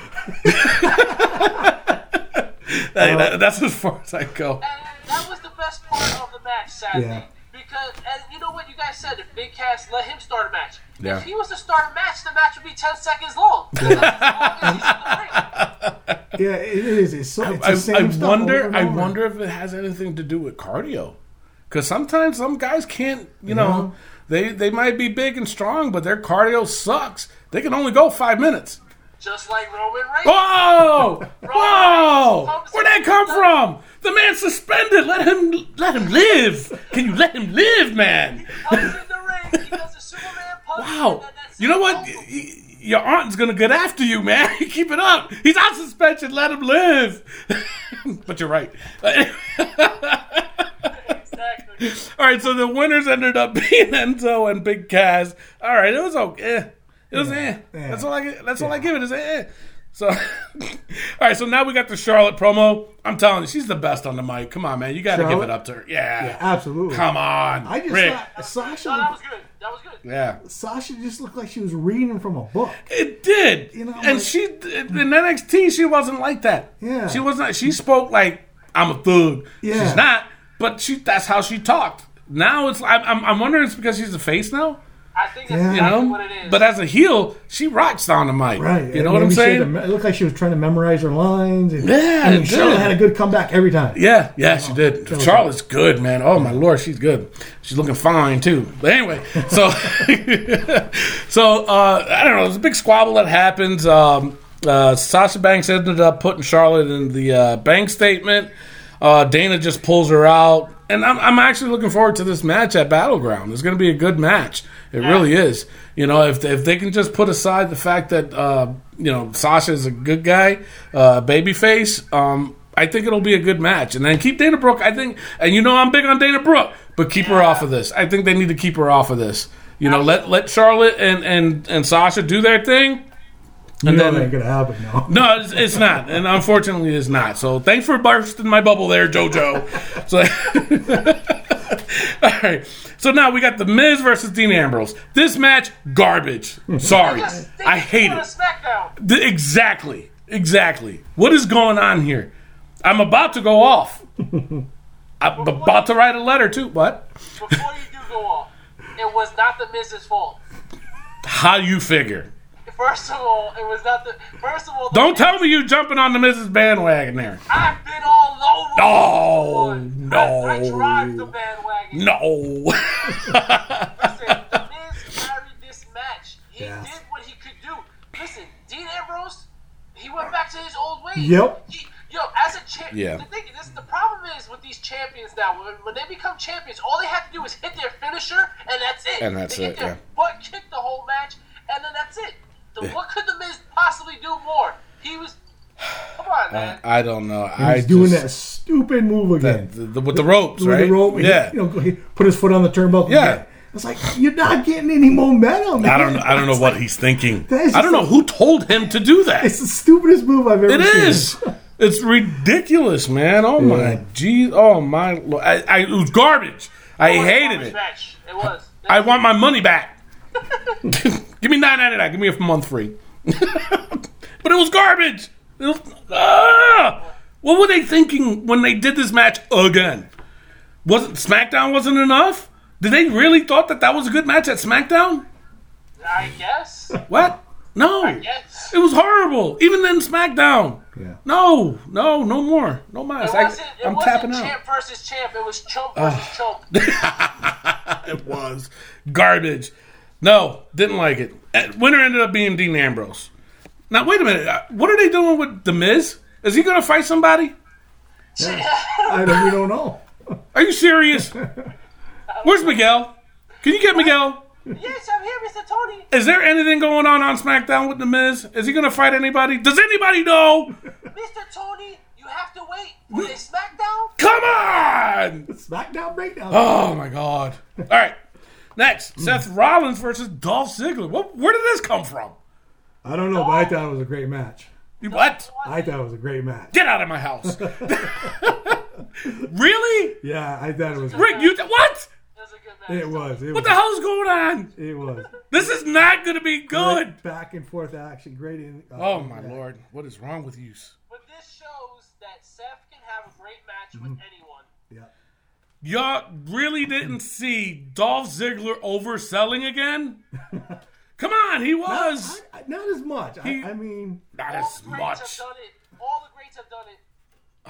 [SPEAKER 3] Hey, that- that's as far as I go.
[SPEAKER 5] And that was the best part of the match, sadly.
[SPEAKER 4] Yeah.
[SPEAKER 5] Because, and you know what you guys said, if Big Cass let him start a match.
[SPEAKER 3] Yeah.
[SPEAKER 5] If he was to start a match, the match would be 10 seconds long. Because that's as long as he's in the ring.
[SPEAKER 4] Yeah, it is. It's, so, it's
[SPEAKER 3] I,
[SPEAKER 4] the same
[SPEAKER 3] I
[SPEAKER 4] stuff over
[SPEAKER 3] wonder.
[SPEAKER 4] and
[SPEAKER 3] I
[SPEAKER 4] over.
[SPEAKER 3] wonder if it has anything to do with cardio, because sometimes some guys can't. You know, they they might be big and strong, but their cardio sucks. They can only go five minutes.
[SPEAKER 5] Just like Roman Reigns.
[SPEAKER 3] Oh. Whoa! Whoa! Where'd that come from? The man's suspended. Let him let him live. Can you let him live, man?
[SPEAKER 5] Comes in the ring, he does a Superman punch. and
[SPEAKER 3] Wow.
[SPEAKER 5] then that's
[SPEAKER 3] You know
[SPEAKER 5] it.
[SPEAKER 3] what? Y- y- Your aunt's gonna get after you, man. Keep it up. He's on suspension. Let him live. but you're right.
[SPEAKER 5] Exactly.
[SPEAKER 3] All right, so the winners ended up being Enzo and Big Cass. All right, it was okay. It was eh.
[SPEAKER 4] yeah.
[SPEAKER 3] That's all I. gi- That's all I give it is eh. So, all right, so now we got the Charlotte promo. I'm telling you, she's the best on the mic. Come on, man, you got to give
[SPEAKER 4] Charlotte?
[SPEAKER 3] it up to her. Yeah,
[SPEAKER 4] Yeah, absolutely.
[SPEAKER 3] Come on,
[SPEAKER 4] I just
[SPEAKER 3] Rick.
[SPEAKER 4] thought
[SPEAKER 5] No, that
[SPEAKER 4] Sasha.
[SPEAKER 5] was good. That was good.
[SPEAKER 3] yeah,
[SPEAKER 4] Sasha just looked like she was reading from a book.
[SPEAKER 3] it did.
[SPEAKER 4] You know,
[SPEAKER 3] and
[SPEAKER 4] like-
[SPEAKER 3] she in NXT, she wasn't like that.
[SPEAKER 4] Yeah.
[SPEAKER 3] she wasn't. She spoke like I'm a thug.
[SPEAKER 4] Yeah.
[SPEAKER 3] she's not. But she. That's how she talked. Now it's. I'm. I'm- I'm wondering. It's because she's a face now.
[SPEAKER 5] I think that's
[SPEAKER 4] Yeah.
[SPEAKER 3] you
[SPEAKER 5] exactly
[SPEAKER 3] know.
[SPEAKER 5] what it is.
[SPEAKER 3] But as a heel, she rocks down the mic.
[SPEAKER 4] Right.
[SPEAKER 3] You know
[SPEAKER 4] and
[SPEAKER 3] what I'm
[SPEAKER 4] maybe she had to
[SPEAKER 3] saying?
[SPEAKER 4] me- It looked like she was trying to memorize her lines. And,
[SPEAKER 3] Yeah,
[SPEAKER 4] I mean,
[SPEAKER 3] it
[SPEAKER 4] Charlotte
[SPEAKER 3] did.
[SPEAKER 4] had a good comeback every time.
[SPEAKER 3] yeah, yeah, she did. Charlotte's good, man. Oh my lord, she's good. She's looking fine too. But anyway, so so uh, I don't know. There's a big squabble that happens. Um, uh, Sasha Banks ended up putting Charlotte in the uh, bank statement. Uh, Dana just pulls her out, and I'm, I'm actually looking forward to this match at Battleground. It's going to be a good match. It really is. You know, if if they can just put aside the fact that uh, you know Sasha is a good guy, uh, babyface, um, I think it'll be a good match. And then keep Dana Brooke. I think, and you know, I'm big on Dana Brooke, but keep her off of this. I think they need to keep her off of this. You know, let let Charlotte and and and Sasha do their thing.
[SPEAKER 4] You know
[SPEAKER 3] then-
[SPEAKER 4] that ain't gonna happen. No.
[SPEAKER 3] No, it's, it's not, and unfortunately, it's not. So, thanks for bursting my bubble there, JoJo. So, all right. So now we got the Miz versus Dean Ambrose. This match, garbage. Sorry,
[SPEAKER 5] Yes, they
[SPEAKER 3] I
[SPEAKER 5] just
[SPEAKER 3] hate
[SPEAKER 5] put a
[SPEAKER 3] it.
[SPEAKER 5] SmackDown.
[SPEAKER 3] Th- exactly, exactly. What is going on here? I'm about to go off. I'm about to write a letter too. What?
[SPEAKER 5] Before you do go off, it was not the Miz's fault.
[SPEAKER 3] How you figure?
[SPEAKER 5] First of all, it was not the. First of all, the
[SPEAKER 3] Don't tell me you jumping on the Miz's bandwagon there.
[SPEAKER 5] I've been all over.
[SPEAKER 3] No,
[SPEAKER 5] the board.
[SPEAKER 3] no.
[SPEAKER 5] I, I drive the bandwagon.
[SPEAKER 3] No.
[SPEAKER 5] Listen, the Miz carried this match. He
[SPEAKER 4] Yeah.
[SPEAKER 5] did what he could do. Listen, Dean Ambrose, he went back to his old ways.
[SPEAKER 4] Yep.
[SPEAKER 5] He, yo, as a champion,
[SPEAKER 3] Yeah.
[SPEAKER 5] the thing this the problem is with these champions now. When, when they become champions, all they have to do is hit their finisher, and that's it.
[SPEAKER 3] And that's
[SPEAKER 5] they
[SPEAKER 3] it,
[SPEAKER 5] Get their
[SPEAKER 3] yeah.
[SPEAKER 5] butt kicked the whole match, and then that's it. The, What could the Miz possibly do more? He was. Come
[SPEAKER 3] Uh,
[SPEAKER 5] on, man.
[SPEAKER 3] I don't know.
[SPEAKER 4] He's
[SPEAKER 3] I
[SPEAKER 4] doing
[SPEAKER 3] just-
[SPEAKER 4] that stupid move again.
[SPEAKER 3] the, the- with the ropes,
[SPEAKER 4] With
[SPEAKER 3] right?
[SPEAKER 4] the rope, he-
[SPEAKER 3] yeah.
[SPEAKER 4] you know, he put his foot on the turnbuckle.
[SPEAKER 3] Yeah.
[SPEAKER 4] again. It's like you're not getting any momentum.
[SPEAKER 3] I
[SPEAKER 4] man.
[SPEAKER 3] don't. I don't know what he's thinking.
[SPEAKER 4] That is
[SPEAKER 3] I don't
[SPEAKER 4] just
[SPEAKER 3] know who told him to do that.
[SPEAKER 4] It's the stupidest move I've ever
[SPEAKER 3] It
[SPEAKER 4] seen.
[SPEAKER 3] is. It's ridiculous, man. Oh
[SPEAKER 4] Yeah.
[SPEAKER 3] my geez. Oh my. lo- I, I. It was garbage. I
[SPEAKER 5] It was a
[SPEAKER 3] hated
[SPEAKER 5] Oh, garbage
[SPEAKER 3] it.
[SPEAKER 5] Match. It was.
[SPEAKER 3] I want my money back. Give me nine ninety nine. Give me a month free. but it was garbage. It was, ah! What were they thinking when they did this match again? Wasn't SmackDown wasn't enough? Did they really thought that that was a good match at SmackDown?
[SPEAKER 5] I guess.
[SPEAKER 3] What? No.
[SPEAKER 5] guess.
[SPEAKER 3] It was horrible. Even then, SmackDown.
[SPEAKER 4] Yeah.
[SPEAKER 3] No, no, no more. No mas.
[SPEAKER 5] It
[SPEAKER 3] I,
[SPEAKER 5] wasn't, it
[SPEAKER 3] I'm
[SPEAKER 5] wasn't
[SPEAKER 3] tapping out.
[SPEAKER 5] champ versus champ. It was chump versus chump.
[SPEAKER 3] It was garbage. No, didn't like it. Uh, Winner ended up being Dean Ambrose. Now, wait a minute. Uh, What are they doing with The Miz? Is he going to fight somebody?
[SPEAKER 4] I don't, we don't know.
[SPEAKER 3] Are you serious? Where's Miguel? Can you get Miguel?
[SPEAKER 5] yes, I'm here, Mr. Tony.
[SPEAKER 3] Is there anything going on on SmackDown with The Miz? Is he going to fight anybody? Does anybody know?
[SPEAKER 5] Mr. Tony, you have to wait for the SmackDown.
[SPEAKER 3] Come on!
[SPEAKER 4] SmackDown breakdown.
[SPEAKER 3] Oh my god! All right, Next, Seth Rollins versus Dolph Ziggler. What, where did this come from?
[SPEAKER 4] I don't know, but I thought it was a great match.
[SPEAKER 3] You What?
[SPEAKER 4] I thought it was a great match.
[SPEAKER 3] Get out of my house. really?
[SPEAKER 4] Yeah, I thought it was.
[SPEAKER 3] Rick, you th- what?
[SPEAKER 5] That's a good match.
[SPEAKER 4] It was. It
[SPEAKER 3] What
[SPEAKER 4] was.
[SPEAKER 3] the hell's going on?
[SPEAKER 4] It was.
[SPEAKER 3] This is not going to be good.
[SPEAKER 4] Back and forth action. Great. In, uh,
[SPEAKER 3] Oh my lord, what is wrong with you?
[SPEAKER 5] But this shows that Seth can have a great match with
[SPEAKER 3] Mm-hmm.
[SPEAKER 5] anyone.
[SPEAKER 4] Yeah.
[SPEAKER 3] Y'all really didn't see Dolph Ziggler overselling again? Come on, he was
[SPEAKER 4] I- I- not as much.
[SPEAKER 3] He-
[SPEAKER 4] I, I mean,
[SPEAKER 3] not
[SPEAKER 5] All
[SPEAKER 3] as
[SPEAKER 5] the greats have
[SPEAKER 3] much.
[SPEAKER 5] done it. All the greats have done it.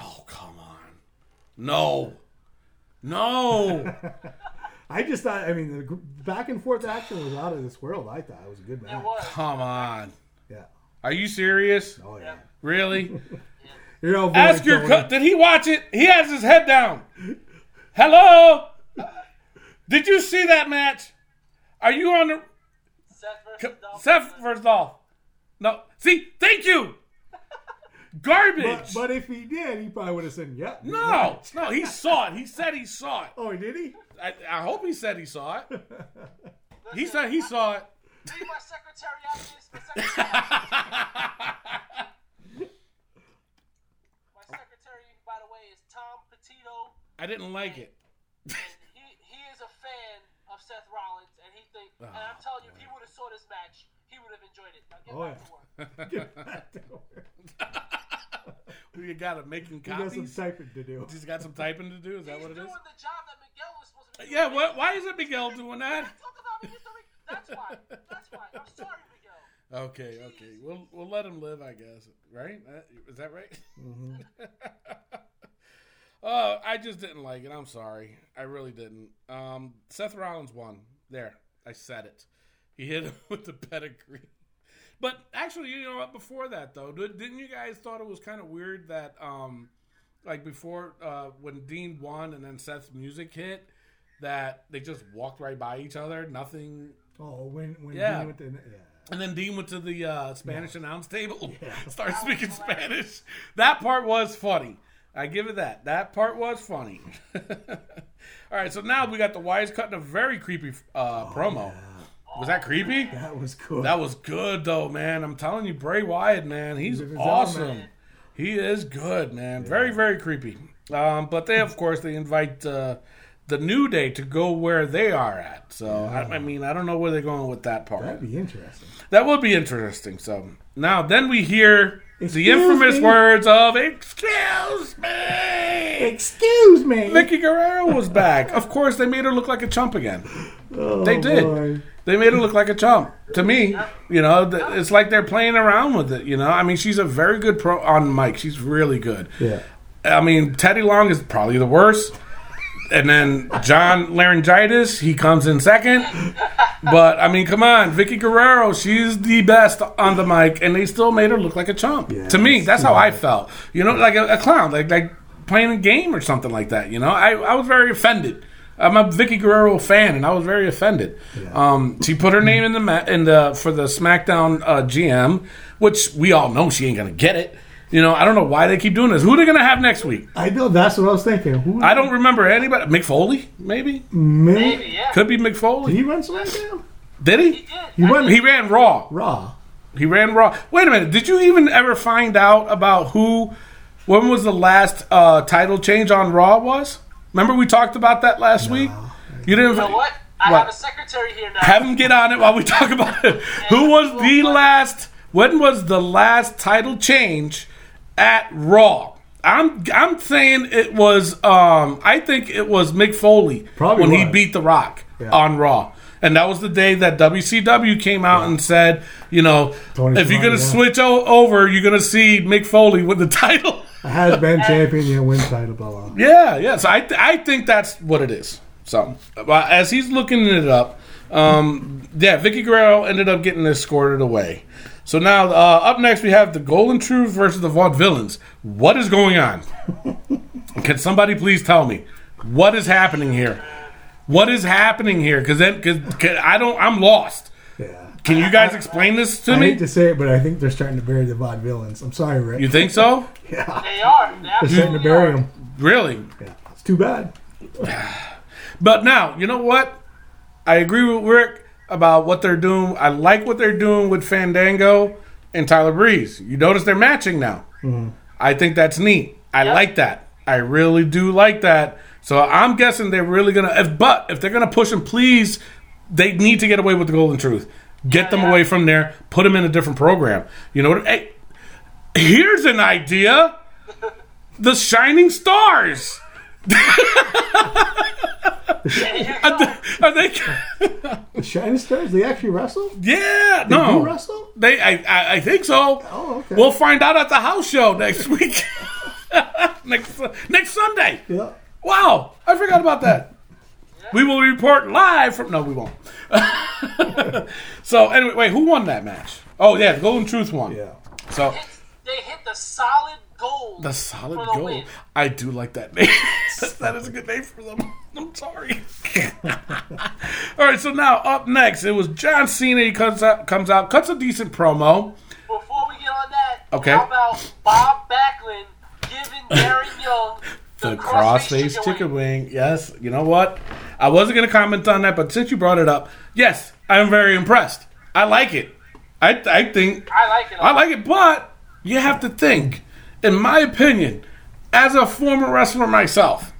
[SPEAKER 3] Oh come on, no, no.
[SPEAKER 4] I just thought. I mean, the gr- back and forth action was out of this world. I thought it was a good match.
[SPEAKER 5] It was.
[SPEAKER 3] Come on,
[SPEAKER 4] Yeah.
[SPEAKER 3] are you serious?
[SPEAKER 4] Oh yeah.
[SPEAKER 3] Really?
[SPEAKER 4] You're all
[SPEAKER 3] Ask your co- did he watch it? He has his head down. Hello, did you see that match? Are you on the
[SPEAKER 5] Seth versus Dolph.
[SPEAKER 3] Seth versus Dolph? No. See, thank you. Garbage.
[SPEAKER 4] But, but if he did, he probably would have said, "Yep." Yeah,
[SPEAKER 3] No, no, he saw it. He said he saw it.
[SPEAKER 4] Oh, did he?
[SPEAKER 3] I, I hope he said he saw it. He
[SPEAKER 5] Listen,
[SPEAKER 3] said he saw it.
[SPEAKER 5] Leave my secretary out of this. My secretary, my secretary, by the way, is Tom Petito.
[SPEAKER 3] I didn't like it.
[SPEAKER 5] He he is a fan of Seth Rollins, and he think. and
[SPEAKER 3] Oh,
[SPEAKER 5] I'm telling you, if he would have saw this match, he would have enjoyed it. Now get
[SPEAKER 4] Oh,
[SPEAKER 5] back
[SPEAKER 4] yeah.
[SPEAKER 5] to work.
[SPEAKER 4] Get back to work.
[SPEAKER 3] We got a making
[SPEAKER 4] He got some
[SPEAKER 3] copies.
[SPEAKER 4] typing to do.
[SPEAKER 3] He's got some typing to do. Is that
[SPEAKER 5] He's
[SPEAKER 3] what it
[SPEAKER 5] doing
[SPEAKER 3] is?
[SPEAKER 5] the job that Miguel was supposed to be doing.
[SPEAKER 3] Yeah. What? Why is it Miguel doing that?
[SPEAKER 5] Talk about me, history. That's why. That's why. I'm sorry, Miguel.
[SPEAKER 3] Okay. Okay. We'll we'll let him live. I guess. Right? Uh, Is that right? uh, I just didn't like it. I'm sorry. I really didn't. Um, Seth Rollins won. There. I said it. He hit him with the pedigree. But actually, you know what? Before that, though, did- didn't you guys thought it was kind of weird that, um, like before uh, when Dean won and then Seth's music hit, that they just walked right by each other, nothing.
[SPEAKER 4] Oh, when when
[SPEAKER 3] Yeah.
[SPEAKER 4] Dean went to, yeah.
[SPEAKER 3] And then Dean went to the uh, Spanish announce table, started speaking Spanish. That part was funny. I give it that. That part was funny. All right, so now we got the wise cutting a very creepy uh, promo. Was that creepy?
[SPEAKER 4] That was cool.
[SPEAKER 3] That was good though, man. I'm telling you, Bray Wyatt, man, he's
[SPEAKER 4] He's a bizarre
[SPEAKER 3] awesome.
[SPEAKER 4] man.
[SPEAKER 3] He is good, man. Very, very creepy. Um, but they, of course, they invite uh, the New Day to go where they are at. So I, I mean, I don't know where they're going with that part.
[SPEAKER 4] That'd be interesting.
[SPEAKER 3] that would be interesting. So now, then we hear
[SPEAKER 4] Excuse
[SPEAKER 3] the infamous
[SPEAKER 4] me.
[SPEAKER 3] words of "Excuse me."
[SPEAKER 4] Excuse me.
[SPEAKER 3] Vicky Guerrero was back. Of course, they made her look like a chump again. they did.
[SPEAKER 4] Oh, boy.
[SPEAKER 3] They made her look like a chump. To me, you know, th- it's like they're playing around with it. You know, I mean, she's a very good pro on mic. She's really good.
[SPEAKER 4] Yeah.
[SPEAKER 3] I mean, Teddy Long is probably the worst. And then John Laryngitis, he comes in second. But I mean, come on, Vicky Guerrero, she's the best on the mic, and they still made her look like a chump.
[SPEAKER 4] Yeah,
[SPEAKER 3] to me, that's how I
[SPEAKER 4] yeah.
[SPEAKER 3] felt. You know, like a, a clown, like like playing a game or something like that. You know, I, I was very offended. I'm a Vicky Guerrero fan, and I was very offended. Um, she put her name in the ma- in the for the SmackDown uh, GM, which we all know she ain't gonna get it. You know, I don't know why they keep doing this. Who they gonna have next week?
[SPEAKER 4] I know. That's what I was thinking. Who?
[SPEAKER 3] I don't remember anybody. Mick Foley, maybe
[SPEAKER 4] Man,
[SPEAKER 5] Maybe, yeah.
[SPEAKER 3] could be Mick Foley.
[SPEAKER 4] he runs SmackDown.
[SPEAKER 3] Did he?
[SPEAKER 5] He did.
[SPEAKER 4] He went
[SPEAKER 3] He ran Raw.
[SPEAKER 4] Raw.
[SPEAKER 3] He ran raw. Wait a minute. Did you even ever find out about who? When was the last uh, title change on Raw? Was remember we talked about that last week? You didn't.
[SPEAKER 5] You know what? I
[SPEAKER 3] What?
[SPEAKER 5] have a secretary here now.
[SPEAKER 3] Have him get on it while we talk about it. who was the last? When was the last title change at Raw? I'm I'm saying it was. Um, I think it was Mick Foley
[SPEAKER 4] Probably
[SPEAKER 3] when he
[SPEAKER 4] was.
[SPEAKER 3] beat The Rock
[SPEAKER 4] Yeah.
[SPEAKER 3] on Raw. And that was the day that WCW came out and said, you know,
[SPEAKER 4] Tony
[SPEAKER 3] if you're going to
[SPEAKER 4] Schiavone, yeah.
[SPEAKER 3] switch o- over, you're going to see Mick Foley with the title.
[SPEAKER 4] Has been champion. You know, win title. Blah blah.
[SPEAKER 3] yeah, yeah. So I, th- I think that's what it is. So uh, as he's looking it up, um, yeah, Vicky Guerrero ended up getting escorted away. So now uh, up next we have the Golden Truth versus the Vaudevillains. What is going on? Can somebody please tell me what is happening here? What is happening here? Because then, because I don't, I'm lost.
[SPEAKER 4] Yeah.
[SPEAKER 3] Can you guys explain this to
[SPEAKER 4] I
[SPEAKER 3] me?
[SPEAKER 4] hate to say it, but I think they're starting to bury the Vaude villains. I'm sorry, Rick.
[SPEAKER 3] You think so?
[SPEAKER 5] They are. They
[SPEAKER 4] they're starting to
[SPEAKER 5] absolutely
[SPEAKER 4] bury
[SPEAKER 5] are.
[SPEAKER 4] them.
[SPEAKER 3] Really?
[SPEAKER 4] It's too bad.
[SPEAKER 3] But now, you know what? I agree with Rick about what they're doing. I like what they're doing with Fandango and Tyler Breeze. You notice they're matching now. I think that's neat. I like that. I really do like that. So I'm guessing they're really gonna. If, but if they're gonna push them, please, they need to get away with the golden truth. Get them away from there. Put them in a different program. You know what? Hey, here's an idea: the Shining Stars. Are they?
[SPEAKER 4] The Shining Stars, they actually wrestle?
[SPEAKER 3] Yeah. no.
[SPEAKER 4] do wrestle?
[SPEAKER 3] They. I. I, I think so.
[SPEAKER 4] Oh, okay.
[SPEAKER 3] We'll find out at the house show next week. next next Sunday.
[SPEAKER 4] Yeah.
[SPEAKER 3] Wow, I forgot about that. We will report live from. No, we won't. so anyway, wait, who won that match? Oh yeah, the Golden Truth won.
[SPEAKER 4] Yeah.
[SPEAKER 3] So
[SPEAKER 5] They hit the solid gold.
[SPEAKER 3] the solid
[SPEAKER 5] for the
[SPEAKER 3] goal.
[SPEAKER 5] win.
[SPEAKER 3] I do like that name. that is a good name for them. I'm sorry. All right, so now up next, it was John Cena. He comes out, comes out, cuts a decent promo.
[SPEAKER 5] Before we get on that,
[SPEAKER 3] Okay.
[SPEAKER 5] how about Bob Backlund giving Darren Young the,
[SPEAKER 3] The crossface chicken, wing. Yes, you know what? I wasn't going to comment on that, but since you brought it up, yes, I'm very impressed. I like it. I, I think
[SPEAKER 5] I like it. a
[SPEAKER 3] I
[SPEAKER 5] lot.
[SPEAKER 3] like it, but you have to think, in my opinion, as a former wrestler myself,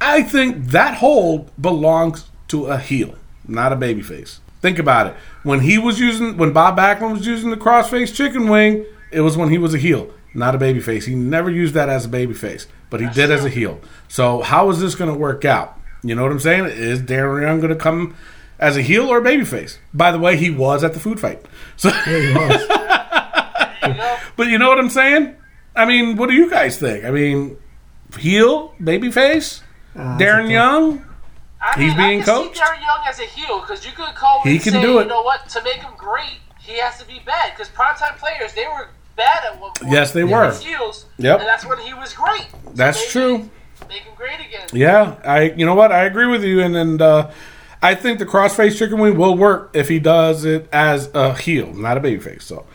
[SPEAKER 3] I think that hold belongs to a heel, not a babyface. Think about it. When he was using, when Bob Backlund was using the crossface chicken wing, it was when he was a heel, not a babyface. He never used that as a babyface, but he did as a heel. So how is this going to work out? You know what I'm saying? Is Darren Young going to come as a heel or a babyface? By the way, he was at the food fight. So.
[SPEAKER 4] He was. Ah,
[SPEAKER 5] There you go.
[SPEAKER 3] But you know what I'm saying? I mean, what do you guys think? I mean, heel, babyface,
[SPEAKER 4] Ah, that's a
[SPEAKER 3] Darren
[SPEAKER 4] tough-
[SPEAKER 3] Young.
[SPEAKER 5] I
[SPEAKER 3] He's
[SPEAKER 5] mean,
[SPEAKER 3] being
[SPEAKER 5] I can
[SPEAKER 3] coached?
[SPEAKER 5] See Darren Young as a heel because you could call
[SPEAKER 3] He
[SPEAKER 5] and
[SPEAKER 3] can
[SPEAKER 5] say,
[SPEAKER 3] do it.
[SPEAKER 5] You know what? To make him great, he has to be bad because primetime players they were bad at one point.
[SPEAKER 3] Yes, they
[SPEAKER 5] They
[SPEAKER 3] were.
[SPEAKER 5] was heels.
[SPEAKER 3] Yep.
[SPEAKER 5] And that's when he was great. So
[SPEAKER 3] That's
[SPEAKER 5] maybe
[SPEAKER 3] true.
[SPEAKER 5] Make him great again.
[SPEAKER 3] Yeah, I. You know what? I agree with you, and and uh, I think the crossface chicken wing will work if he does it as a heel, not a babyface. So, all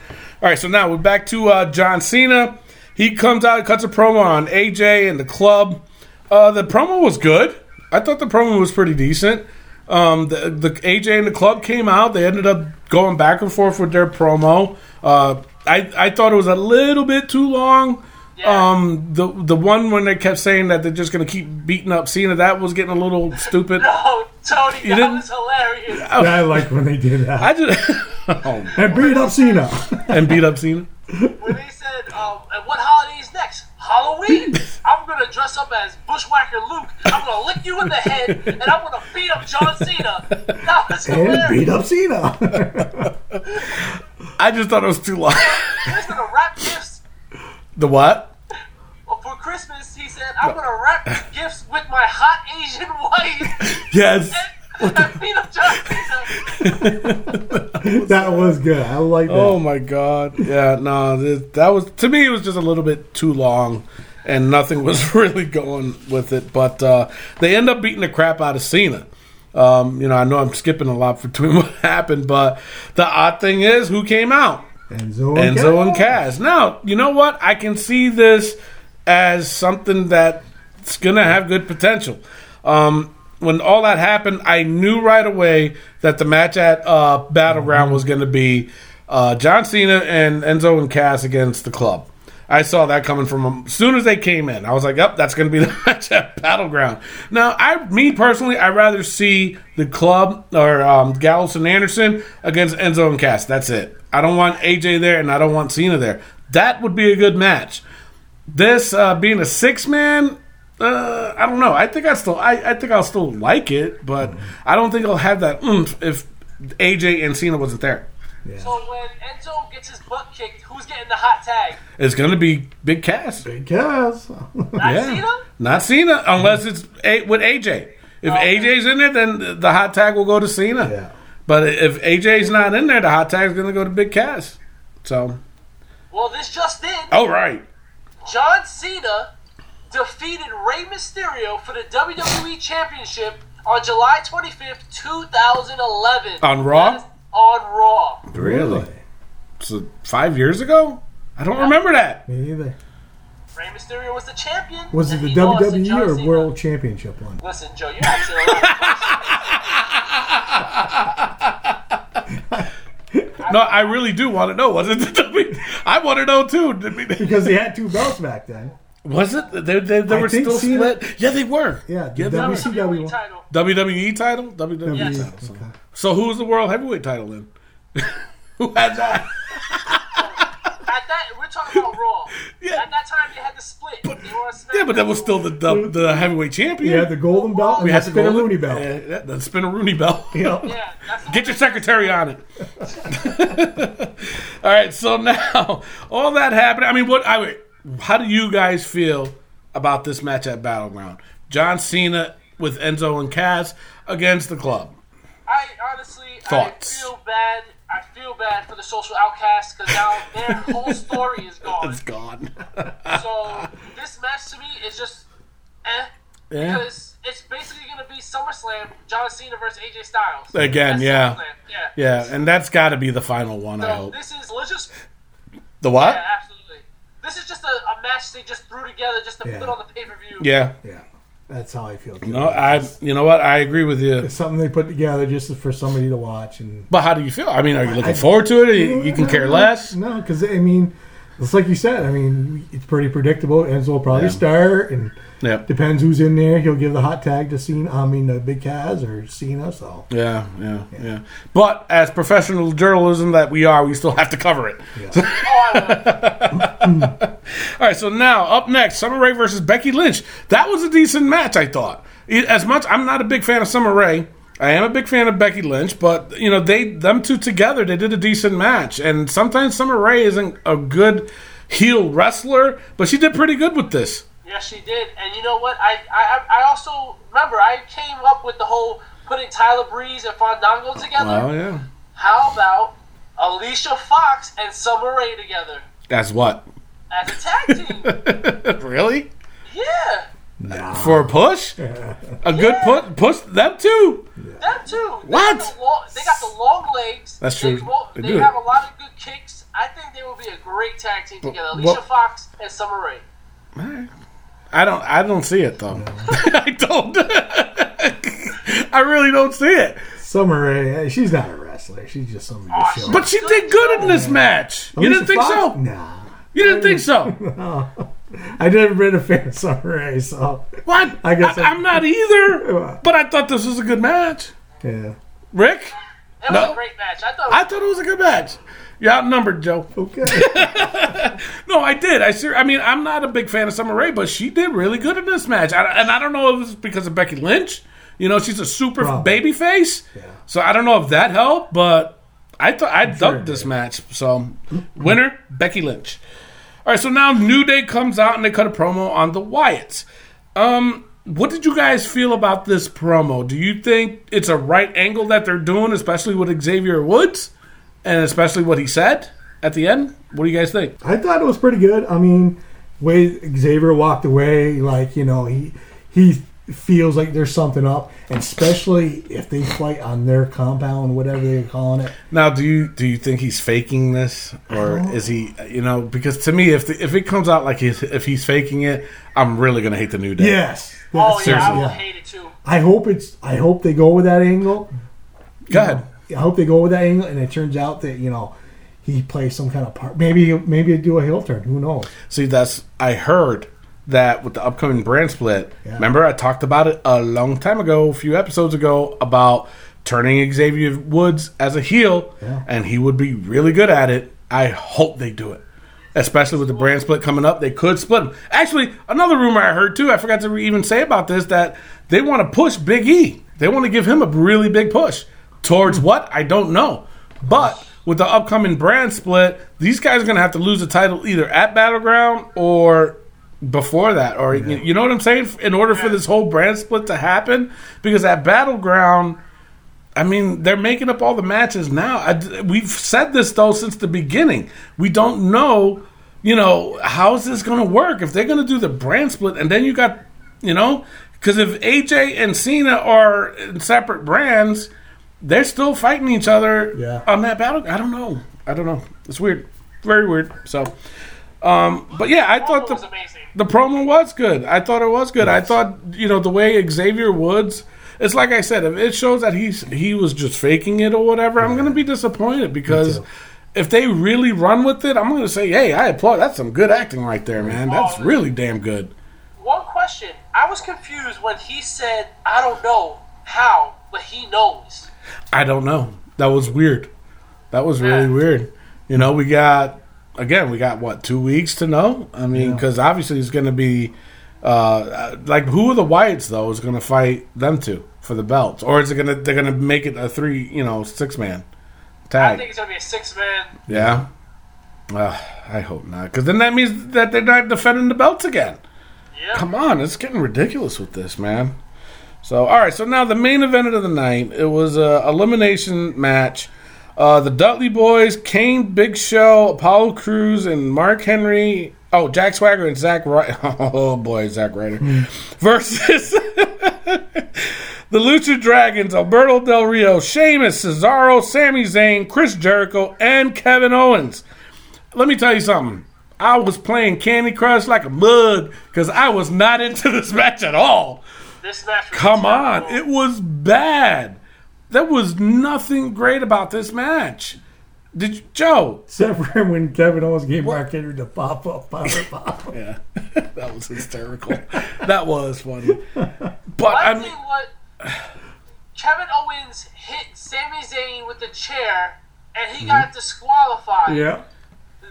[SPEAKER 3] right. So now we're back to uh, John Cena. He comes out, cuts a promo on AJ and the club. Uh, the promo was good. I thought the promo was pretty decent. Um, the, the AJ and the club came out. They ended up going back and forth with their promo. Uh, I I thought it was a little bit too long. Um, the the one when they kept saying that they're just gonna keep beating up Cena, that was getting a little stupid.
[SPEAKER 5] No, Tony, that
[SPEAKER 3] didn't-
[SPEAKER 5] was hilarious.
[SPEAKER 4] Yeah, I liked when they did that.
[SPEAKER 3] I just oh,
[SPEAKER 4] and beat up Cena.
[SPEAKER 3] and beat up Cena.
[SPEAKER 5] When they said, um, and what holiday is next? Halloween. I'm gonna dress up as Bushwhacker Luke. I'm gonna lick you in the head, and I'm gonna beat up John Cena. That was
[SPEAKER 4] and
[SPEAKER 5] hilarious.
[SPEAKER 4] beat up Cena.
[SPEAKER 3] I just thought it was too long.
[SPEAKER 5] He's gonna wrap gifts
[SPEAKER 3] the what?
[SPEAKER 5] for Christmas. He said, I'm gonna wrap gifts with my hot Asian wife.
[SPEAKER 3] Yes.
[SPEAKER 5] And I beat up John Cena.
[SPEAKER 4] that was good. I like that.
[SPEAKER 3] Oh my god. Yeah. No. This, that was to me. It was just a little bit too long, and nothing was really going with it. But uh, they end up beating the crap out of Cena. Um, you know, I know I'm skipping a lot between what happened, but the odd thing is who came out.
[SPEAKER 4] Enzo and
[SPEAKER 3] Enzo
[SPEAKER 4] Cass.
[SPEAKER 3] and Cass. Now, you know what? I can see this as something that's going to have good potential. Um, when all that happened, I knew right away that the match at uh, Battleground was going to be uh, John Cena and Enzo and Cass against the club. I saw that coming from 'em. as soon as they came in. I was like, "Yep, that's going to be the match at Battleground." Now, I, me personally, I would rather see the club or um, Gallows and Anderson against Enzo and Cass. That's it. I don't want AJ there, and I don't want Cena there. That would be a good match. This uh, being a six man, uh, I don't know. I think I still, I, I think I'll still like it, but I don't think I'll have that oomph if AJ and Cena wasn't there.
[SPEAKER 5] So when Enzo gets his butt kicked, who's getting the hot tag?
[SPEAKER 3] It's going to be Big Cass.
[SPEAKER 4] Cass.
[SPEAKER 5] Not
[SPEAKER 3] Yeah.
[SPEAKER 5] Cena?
[SPEAKER 3] Not Cena, unless it's a- with AJ. If AJ's in there, then the- the hot tag will go to Cena.
[SPEAKER 4] Oh, Yeah.
[SPEAKER 3] But if AJ's not in there, the hot tag's going to go to Big Cass. So,
[SPEAKER 5] Well, this just in.
[SPEAKER 3] all right.
[SPEAKER 5] John Cena defeated Rey Mysterio for the WWE Championship on July 25th, 2011.
[SPEAKER 3] On Raw?
[SPEAKER 5] That is On Raw.
[SPEAKER 3] Really? So, five years ago? I don't remember that.
[SPEAKER 4] Me either.
[SPEAKER 5] Rey Mysterio was the champion.
[SPEAKER 4] Was it
[SPEAKER 5] and
[SPEAKER 4] the
[SPEAKER 5] he lost to John
[SPEAKER 4] WWE or
[SPEAKER 5] Cena.
[SPEAKER 4] World Championship one?
[SPEAKER 5] Listen, Joe, you're asking a lot of questions.
[SPEAKER 3] No, I really do want to know. Was it? I, mean, I want to know too. I mean,
[SPEAKER 4] because they had two belts back then.
[SPEAKER 3] Was it? They, they, they
[SPEAKER 4] I
[SPEAKER 3] were
[SPEAKER 4] think
[SPEAKER 3] still
[SPEAKER 4] Cena-
[SPEAKER 3] split. Yeah, they were.
[SPEAKER 4] Yeah, the
[SPEAKER 3] yeah they were.
[SPEAKER 4] WCW
[SPEAKER 5] WWE
[SPEAKER 4] one.
[SPEAKER 5] E title.
[SPEAKER 3] WWE title. WWE
[SPEAKER 4] Yes.
[SPEAKER 3] title. So, so who's the world heavyweight title then? Who had that?
[SPEAKER 5] At that, we're talking about Raw.
[SPEAKER 3] Yeah.
[SPEAKER 5] At that time, they had the split. They were on
[SPEAKER 3] Yeah, but that was
[SPEAKER 5] SmackDown.
[SPEAKER 3] still the the, the heavyweight champion.
[SPEAKER 4] We had the golden belt and
[SPEAKER 3] We
[SPEAKER 4] we
[SPEAKER 3] had
[SPEAKER 4] had
[SPEAKER 3] to
[SPEAKER 4] the
[SPEAKER 3] go
[SPEAKER 4] Rooney belt.
[SPEAKER 3] Yeah, the spinaroonie belt. You know?
[SPEAKER 5] Yeah, that's the
[SPEAKER 3] Get your secretary on it. all right, so now all that happened. I mean, what? I wait, how do you guys feel about this match at Battleground? John Cena with Enzo and Cass against the Club.
[SPEAKER 5] I honestly,
[SPEAKER 3] Thoughts?
[SPEAKER 5] I feel bad. I feel bad for the social outcasts because now their whole story is gone.
[SPEAKER 3] It's gone.
[SPEAKER 5] So this match to me is just eh.
[SPEAKER 3] Yeah.
[SPEAKER 5] Because it's basically going to be SummerSlam, John Cena versus AJ Styles.
[SPEAKER 3] Again,
[SPEAKER 5] That's
[SPEAKER 3] yeah.
[SPEAKER 5] SummerSlam, yeah.
[SPEAKER 3] Yeah, and that's got to be the final one. I
[SPEAKER 5] So
[SPEAKER 3] hope
[SPEAKER 5] this is, let's just,
[SPEAKER 3] the what?
[SPEAKER 5] yeah, absolutely. This is just a, a match they just threw together just to
[SPEAKER 4] Yeah.
[SPEAKER 5] put on the pay per view.
[SPEAKER 3] Yeah.
[SPEAKER 4] Yeah, that's how I feel. too.
[SPEAKER 3] No, I. You know what? I agree with you.
[SPEAKER 4] It's something they put together just for somebody to watch and
[SPEAKER 3] But how do you feel? I mean, are you looking
[SPEAKER 4] I- Mm-hmm.
[SPEAKER 3] forward to it? Or you, you can care less.
[SPEAKER 4] No, because I mean, it's like you said. I mean, it's pretty predictable. Enzo will probably start, and
[SPEAKER 3] Yeah.
[SPEAKER 4] depends who's in there. He'll give the hot tag to Cena. I mean, the Big Kaz or Cena. So
[SPEAKER 3] Yeah, yeah, yeah. But as professional journalism that we are, we still have to cover it.
[SPEAKER 5] Oh, I would.
[SPEAKER 3] All right, so now up next, Summer Rae versus Becky Lynch. That was a decent match, I thought. It- As much I'm not a big fan of Summer Rae, I am a big fan of Becky Lynch, but you know they them two together they did a decent match. And sometimes Summer Rae isn't a good heel wrestler, but she did pretty good with this.
[SPEAKER 5] Yes, she did. And you know what? I, I I also remember I came up with the whole putting Tyler Breeze and Fandango together.
[SPEAKER 3] Oh yeah,
[SPEAKER 5] How about Alicia Fox and Summer Rae together
[SPEAKER 3] that's what.
[SPEAKER 5] as a tag team?
[SPEAKER 3] really?
[SPEAKER 5] yeah,
[SPEAKER 3] For a push, a good put push them two.
[SPEAKER 5] them too. They
[SPEAKER 3] What?
[SPEAKER 5] got the long- they got the long legs.
[SPEAKER 3] That's
[SPEAKER 5] They
[SPEAKER 3] true.
[SPEAKER 5] ro-
[SPEAKER 3] They
[SPEAKER 5] They,
[SPEAKER 3] do.
[SPEAKER 5] have a lot of good kicks. I think they will be a great tag team together. Alicia
[SPEAKER 3] what-
[SPEAKER 5] Fox and Summer Rae.
[SPEAKER 3] I don't. I don't see it though. I don't. I really don't see it.
[SPEAKER 4] Summer Rae, eh, she's not a wrestler. She's just somebody to show.
[SPEAKER 3] But she did good in this match. You didn't
[SPEAKER 4] Alicia
[SPEAKER 3] think
[SPEAKER 4] Fox?
[SPEAKER 3] so.
[SPEAKER 4] Nah,
[SPEAKER 3] You didn't think so.
[SPEAKER 4] I've never been a fan of Summer Rae. So
[SPEAKER 3] What?
[SPEAKER 4] I guess I-
[SPEAKER 3] I'm not either. But I thought this was a good match.
[SPEAKER 4] yeah,
[SPEAKER 3] Rick,
[SPEAKER 5] It was
[SPEAKER 3] No.
[SPEAKER 5] a great match. I thought.
[SPEAKER 3] I thought it was a good match. You're outnumbered, Joe.
[SPEAKER 4] okay.
[SPEAKER 3] No, I did. I ser- I mean, I'm not a big fan of Summer Rae, but she did really good in this match. I, and I don't know if it was because of Becky Lynch. You know, she's a super
[SPEAKER 4] Probably.
[SPEAKER 3] baby face. So I don't know if that helped, but I thought I
[SPEAKER 4] sure
[SPEAKER 3] dubbed
[SPEAKER 4] it
[SPEAKER 3] this match. So winner Becky Lynch. All right, so now New Day comes out and they cut a promo on the Wyatts. Um, what did you guys feel about this promo? Do you think it's a right angle that they're doing, especially with Xavier Woods, and especially what he said at the end? What do you guys think?
[SPEAKER 4] I thought it was pretty good. I mean, way Xavier walked away, like you know, he he feels like there's something up, and especially if they fight on their compound, whatever they're calling it.
[SPEAKER 3] Now, do you do you think he's faking this, or is he? You know, because to me, if the, if it comes out like he's, if he's faking it, I'm really gonna hate the new day.
[SPEAKER 4] Yes.
[SPEAKER 5] oh yeah,
[SPEAKER 3] seriously,
[SPEAKER 5] I would
[SPEAKER 4] yeah.
[SPEAKER 5] hate it too.
[SPEAKER 4] I hope it's. I hope they go with that angle.
[SPEAKER 3] go ahead.
[SPEAKER 4] I hope they go with that angle, and it turns out that you know he plays some kind of part. Maybe maybe do a heel turn. Who knows?
[SPEAKER 3] See, that's I heard that with the upcoming brand split.
[SPEAKER 4] Yeah.
[SPEAKER 3] Remember, I talked about it a long time ago, a few episodes ago, about turning Xavier Woods as a heel,
[SPEAKER 4] Yeah.
[SPEAKER 3] and he would be really good at it. I hope they do it. Especially with the brand split coming up, they could split him. Actually, another rumor I heard too, I forgot to even say about this, that they want to push Big E. They want to give him a really big push. Towards what? I don't know. But with the upcoming brand split, these guys are going to have to lose the title either at Battleground or before that. Or you- you know what I'm saying? In order for this whole brand split to happen, because at Battleground, I mean, they're making up all the matches now. I, we've said this though since the beginning. We don't know, you know, how is this going to work if they're going to do the brand split, and then you got, you know, because if AJ and Cena are in separate brands, they're still fighting each other
[SPEAKER 4] Yeah.
[SPEAKER 3] on that battle. I don't know. I don't know. It's weird, very weird. So, um, but yeah, I
[SPEAKER 5] It
[SPEAKER 3] thought
[SPEAKER 5] was
[SPEAKER 3] the
[SPEAKER 5] amazing.
[SPEAKER 3] the promo was good. I thought it was good. I thought you know the way Xavier Woods it's like I said, if it shows that he's he was just faking it or whatever, I'm gonna be disappointed because
[SPEAKER 4] too.
[SPEAKER 3] if they really run with it, I'm gonna say, hey, I applaud. That's some good acting right there, man. That's really damn good.
[SPEAKER 5] One question. I was confused when he said, I don't know how, but he knows.
[SPEAKER 3] I don't know. That was weird. That was really weird. You know, we got again, we got what two weeks to know. I mean, because obviously it's going to be uh, uh, like who are the Wyatts though is going to fight them two for the belts, or is it going to they're going to make it a three, you know, six man
[SPEAKER 5] I think
[SPEAKER 3] tag?
[SPEAKER 5] it's going to be a six man.
[SPEAKER 3] Yeah. Uh, I hope not, because then that means that they're not defending the belts again.
[SPEAKER 5] Yeah.
[SPEAKER 3] Come on, it's getting ridiculous with this, man. So, all right. So now the main event of the night. It was a elimination match. Uh, the Dudley Boys, Kane, Big Show, Apollo Cruz, and Mark Henry. Oh, Jack Swagger and Zack Ryder. Oh boy, Zack Ryder versus the Lucha Dragons, Alberto Del Rio, Sheamus, Cesaro, Sami Zayn, Chris Jericho, and Kevin Owens. Let me tell you something. I was playing Candy Crush like a mug because I was not into this match at all.
[SPEAKER 5] This match was
[SPEAKER 3] Come on, it
[SPEAKER 5] terrible.
[SPEAKER 3] was bad. There was nothing great about this match. Did you, Joe?
[SPEAKER 4] Except for when Kevin Owens gave Mark Henry the pop up, pop up, pop up.
[SPEAKER 3] Yeah, that was hysterical. that was funny. But
[SPEAKER 5] My
[SPEAKER 3] I
[SPEAKER 5] thing
[SPEAKER 3] mean,
[SPEAKER 5] was, Kevin Owens hit Sami Zayn with the chair, and he
[SPEAKER 3] Mm-hmm.
[SPEAKER 5] got disqualified.
[SPEAKER 4] Yeah.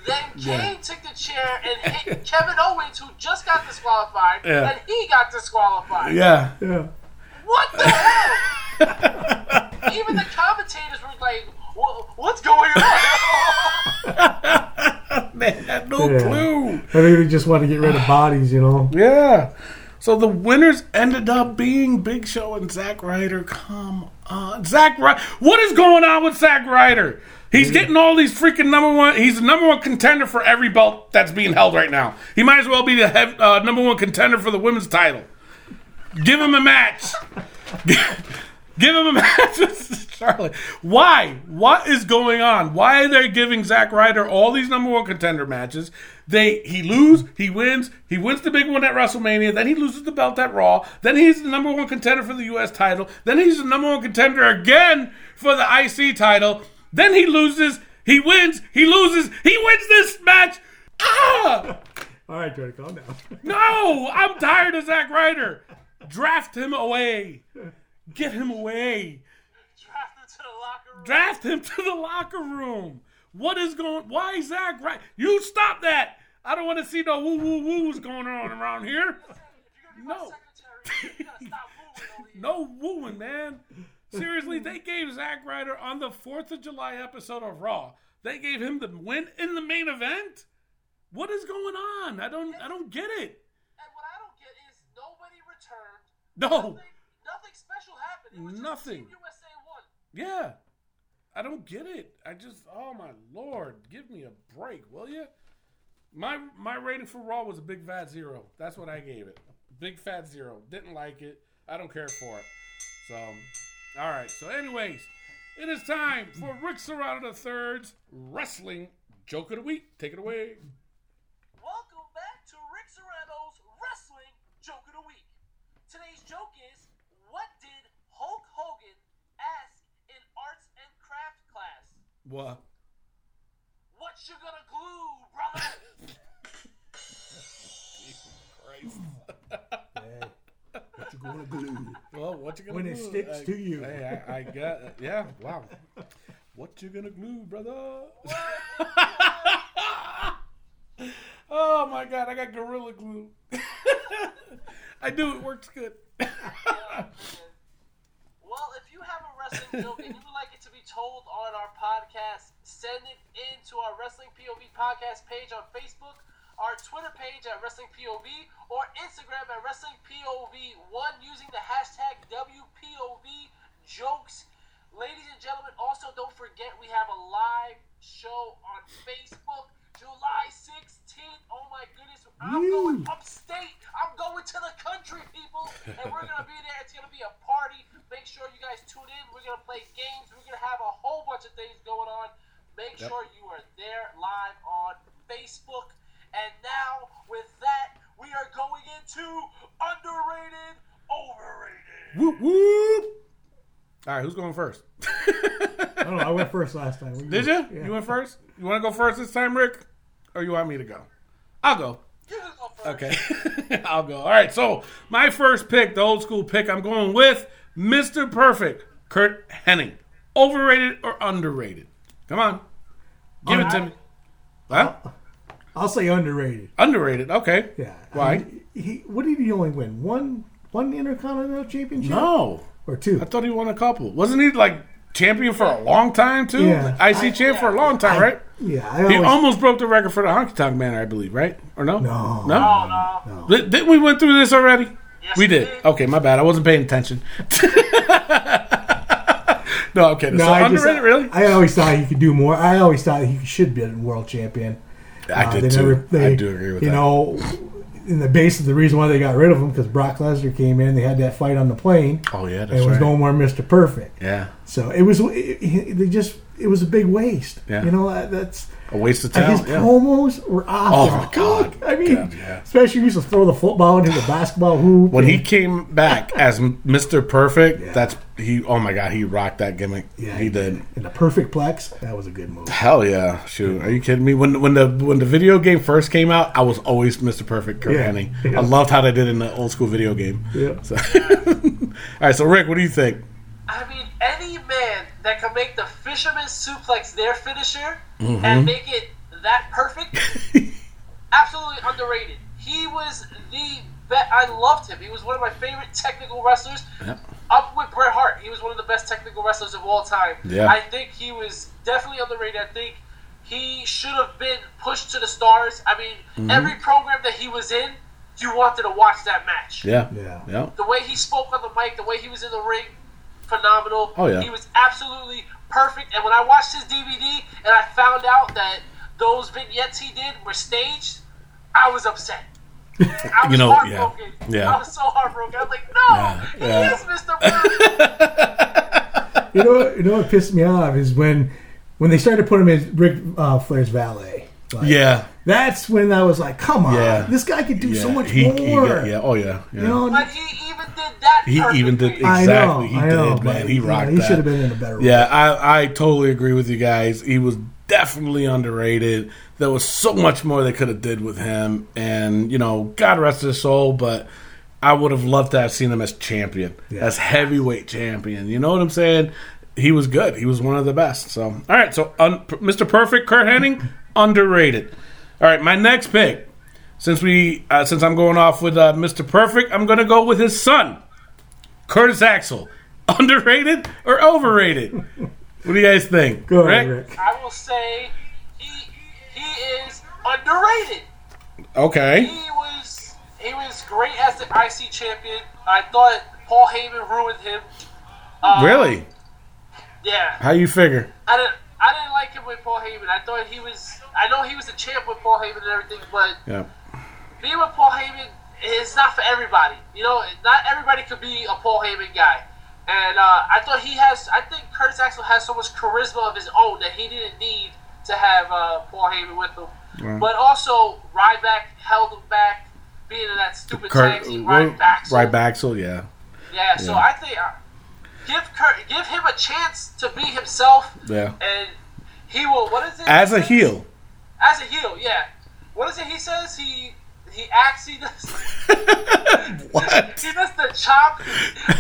[SPEAKER 5] Then Kane took the chair and hit Kevin Owens, who just got disqualified,
[SPEAKER 3] Yeah.
[SPEAKER 5] and he got disqualified.
[SPEAKER 3] yeah,
[SPEAKER 4] Yeah.
[SPEAKER 5] What the hell? Even the commentators were like, "Wha- "What's going on?"
[SPEAKER 3] they had no
[SPEAKER 4] Yeah.
[SPEAKER 3] clue.
[SPEAKER 4] I think they just want to get rid of bodies, you know.
[SPEAKER 3] Yeah. So the winners ended up being Big Show and Zack Ryder. Come on, Zack Ryder. What is going on with Zack Ryder? He's getting all these freaking number one. He's the number one contender for every belt that's being held right now. He might as well be the hev- uh, number one contender for the women's title. Give him a match. Give him a match with Charlotte. Why? What is going on? Why are they giving Zack Ryder all these number one contender matches? They he lose, he wins, he wins the big one at WrestleMania, then he loses the belt at Raw, then he's the number one contender for the US title, then he's the number one contender again for the IC title, then he loses, he wins, he loses, he wins this match. Ah!
[SPEAKER 4] All right, Jordan, calm down.
[SPEAKER 3] No, I'm tired of Zack Ryder. Draft him away. Get him away
[SPEAKER 5] Drafted to the locker room.
[SPEAKER 3] draft him to the locker room. What is going? Why Zach? Right? You stop that! I don't want to see no woo woo woos going on around here.
[SPEAKER 5] If you're gonna be
[SPEAKER 3] No.
[SPEAKER 5] my secretary, you gotta stop moving over here.
[SPEAKER 3] No wooing, man. Seriously, they gave Zack Ryder on the Fourth of July episode of Raw. They gave him the win in the main event. What is going on? I don't. I don't get it.
[SPEAKER 5] And what I don't get is nobody returned.
[SPEAKER 3] No.
[SPEAKER 5] Nothing, nothing special happened. It was just
[SPEAKER 3] Nothing.
[SPEAKER 5] Team USA won.
[SPEAKER 3] Yeah. I don't get it. I just oh my lord, give me a break, will you? My my rating for Raw was a big fat zero. That's what I gave it. Big fat zero. Didn't like it. I don't care for it. So, all right. So, anyways, it is time for Rick Serrano III's wrestling joke of the week. Take it away.
[SPEAKER 5] Welcome back to Rick Serrano's Wrestling Joke of the Week. Today's joke is what did Hulk Hogan ask in arts and craft class?
[SPEAKER 3] What?
[SPEAKER 5] What you gonna glue, brother?
[SPEAKER 4] What you gonna glue?
[SPEAKER 3] Well, what you gonna
[SPEAKER 4] When it
[SPEAKER 3] glue?
[SPEAKER 4] sticks
[SPEAKER 3] I-
[SPEAKER 4] to you.
[SPEAKER 3] Hey, I, I got yeah. Wow. What you gonna glue, brother? oh my god, I got gorilla glue. I do. It works good.
[SPEAKER 5] well, if you have a wrestling joke and you would like it to be told on our podcast, send it in to our Wrestling POV podcast page on Facebook, our Twitter page at Wrestling POV, or Instagram at Wrestling POV1 using the hashtag WPOV jokes. Ladies and gentlemen, also don't forget we have a live show on Facebook July 16th. Oh my goodness, I'm going upstate. I'm going to the country, people, and we're going to be there. It's going to be a party. Make sure you guys tune in. We're going to play games. We're going to have a whole bunch of things going on. Make sure you are there live on Facebook. And now, with that, we are going into underrated, overrated.
[SPEAKER 3] Whoop whoop. All right, who's going first?
[SPEAKER 4] I don't know. I went first last time.
[SPEAKER 3] Did you? You went first. You want to go first this time, Rick, or you want me to go? I'll go.
[SPEAKER 5] You can go first.
[SPEAKER 3] Okay, I'll go. All right. So my first pick, the old school pick, I'm going with Mr. Perfect, Kurt Henning. Overrated or underrated? Come on, give it to me. Huh?
[SPEAKER 4] I'll say underrated.
[SPEAKER 3] Underrated. Okay.
[SPEAKER 4] Uh-huh. Yeah.
[SPEAKER 3] Why?
[SPEAKER 4] I mean, he, what did he only win? One one Intercontinental Championship?
[SPEAKER 3] No.
[SPEAKER 4] Or two?
[SPEAKER 3] I thought he won a couple. Wasn't he like champion for a long time too?
[SPEAKER 4] Yeah.
[SPEAKER 3] IC champ for a long time, right?
[SPEAKER 4] yeah. I
[SPEAKER 3] He
[SPEAKER 4] always-
[SPEAKER 3] almost broke the record for the Honky Tonk Man, I believe, right? Or no?
[SPEAKER 4] No.
[SPEAKER 5] Oh,
[SPEAKER 3] No.
[SPEAKER 5] no.
[SPEAKER 3] Di- Didn't we went through this already?
[SPEAKER 5] Yes,
[SPEAKER 3] we
[SPEAKER 5] we
[SPEAKER 3] did.
[SPEAKER 5] did.
[SPEAKER 3] Okay, my bad. I wasn't paying attention. no, I'm kidding.
[SPEAKER 4] no,
[SPEAKER 3] so
[SPEAKER 4] I just-
[SPEAKER 3] underrated, really? I,
[SPEAKER 4] I always thought he could do more. I always thought he should be a world champion. Uh,
[SPEAKER 3] did
[SPEAKER 4] they
[SPEAKER 3] too.
[SPEAKER 4] never-
[SPEAKER 3] I
[SPEAKER 4] they-
[SPEAKER 3] do agree with
[SPEAKER 4] you
[SPEAKER 3] that.
[SPEAKER 4] know, in the base of the reason why they got rid of him because Brock Lesnar came in. They had that fight on the plane.
[SPEAKER 3] oh yeah,
[SPEAKER 4] and
[SPEAKER 3] that's
[SPEAKER 4] it was
[SPEAKER 3] right.
[SPEAKER 4] no more Mr. Perfect.
[SPEAKER 3] yeah,
[SPEAKER 4] So it was. It, it- they just. It was a big waste.
[SPEAKER 3] Yeah.
[SPEAKER 4] You know that, that's.
[SPEAKER 3] a waste of
[SPEAKER 4] and
[SPEAKER 3] talent.
[SPEAKER 4] his
[SPEAKER 3] yeah.
[SPEAKER 4] promos were off.
[SPEAKER 3] Oh,
[SPEAKER 4] the
[SPEAKER 3] my God.
[SPEAKER 4] hook. I mean,
[SPEAKER 3] God, yeah.
[SPEAKER 4] especially he used to throw the football into the basketball hoop.
[SPEAKER 3] when he
[SPEAKER 4] and-
[SPEAKER 3] came back as M- Mr. Perfect, that's he. Oh my God, he rocked that gimmick.
[SPEAKER 4] Yeah,
[SPEAKER 3] he did.
[SPEAKER 4] in the perfect plex, that was a good move.
[SPEAKER 3] Hell yeah! Shoot, are you kidding me? When when the when the video game first came out, I was always Mr. Perfect Kurt
[SPEAKER 4] Yeah.
[SPEAKER 3] Hennig.
[SPEAKER 4] Yeah.
[SPEAKER 3] I loved how they did in the old school video game.
[SPEAKER 4] Yeah.
[SPEAKER 3] So- all right, so Rick, what do you think?
[SPEAKER 5] I mean, any man that can make the fisherman's suplex their finisher and make it that perfect, absolutely underrated. He was the best. I loved him. He was one of my favorite technical wrestlers. Up with Bret Hart, he was one of the best technical wrestlers of all time.
[SPEAKER 3] Yeah.
[SPEAKER 5] I think he was definitely underrated. I think he should have been pushed to the stars. I mean, every program that he was in, you wanted to watch that match
[SPEAKER 3] Yeah,
[SPEAKER 4] Yeah.
[SPEAKER 3] yeah.
[SPEAKER 5] the way he spoke on the mic, the way he was in the ring, phenomenal.
[SPEAKER 3] Oh, yeah.
[SPEAKER 5] He was absolutely perfect. And when I watched his DVD and I found out that those vignettes he did were staged, I was upset. I was
[SPEAKER 3] You know, yeah,
[SPEAKER 5] heartbroken.
[SPEAKER 3] yeah.
[SPEAKER 5] I was so heartbroken. I was like, no, he
[SPEAKER 3] yeah.
[SPEAKER 5] is Mr. Perfect.
[SPEAKER 4] You know, what- you know what pissed me off is when when they started putting him in Rick uh, Flair's valet. Like,
[SPEAKER 3] Yeah,
[SPEAKER 4] that's when I was like, come on,
[SPEAKER 3] Yeah.
[SPEAKER 4] this guy could do
[SPEAKER 3] yeah.
[SPEAKER 4] so much
[SPEAKER 3] He-
[SPEAKER 4] more.
[SPEAKER 3] he got- yeah, oh yeah, yeah.
[SPEAKER 4] You know,
[SPEAKER 5] but he even did that
[SPEAKER 3] He even did-
[SPEAKER 5] perfectly.
[SPEAKER 4] I know,
[SPEAKER 3] exactly, he
[SPEAKER 4] I know,
[SPEAKER 3] did, man.
[SPEAKER 4] but,
[SPEAKER 3] He
[SPEAKER 4] you know,
[SPEAKER 3] rocked
[SPEAKER 4] He
[SPEAKER 3] that.
[SPEAKER 4] should have been in a better role.
[SPEAKER 3] Yeah, I, I totally agree with you guys. He was definitely underrated. There was so much more they could have did with him, and you know, God rest his soul. But I would have loved to have seen him as champion,
[SPEAKER 4] Yeah.
[SPEAKER 3] as heavyweight champion. You know what I'm saying? He was good. He was one of the best. So, all right. So, un, Mr. Perfect, Kurt Hennig, underrated. All right, my next pick. Since we, uh, since I'm going off with uh, Mr. Perfect, I'm going to go with his son, Curtis Axel. Underrated or overrated? what do you guys think?
[SPEAKER 4] Go ahead, Rick.
[SPEAKER 5] I will say he he is underrated.
[SPEAKER 3] Okay.
[SPEAKER 5] He was he was great as the IC champion. I thought Paul Heyman ruined him. Uh,
[SPEAKER 3] Really?
[SPEAKER 5] Yeah.
[SPEAKER 3] How you figure?
[SPEAKER 5] I didn't I didn't like him with Paul Heyman. I thought he was I know he was a champ with Paul Heyman and everything, but
[SPEAKER 3] Yeah.
[SPEAKER 5] being with Paul Heyman is not for everybody. You know, not everybody could be a Paul Heyman guy. And uh, I thought he has I think Curtis Axel has so much charisma of his own that he didn't need to have uh, Paul Heyman with him. But also Ryback held him back being in that stupid tag team Ryback.
[SPEAKER 3] right back. So yeah.
[SPEAKER 5] Yeah, so
[SPEAKER 3] Yeah.
[SPEAKER 5] I think uh, give Kurt, give him a chance to be himself.
[SPEAKER 3] Yeah.
[SPEAKER 5] And he will. What is it?
[SPEAKER 3] As
[SPEAKER 5] he
[SPEAKER 3] a
[SPEAKER 5] says?
[SPEAKER 3] heel.
[SPEAKER 5] As a heel, yeah. What is it? He says he he acts. He does.
[SPEAKER 3] What?
[SPEAKER 5] He does the chop.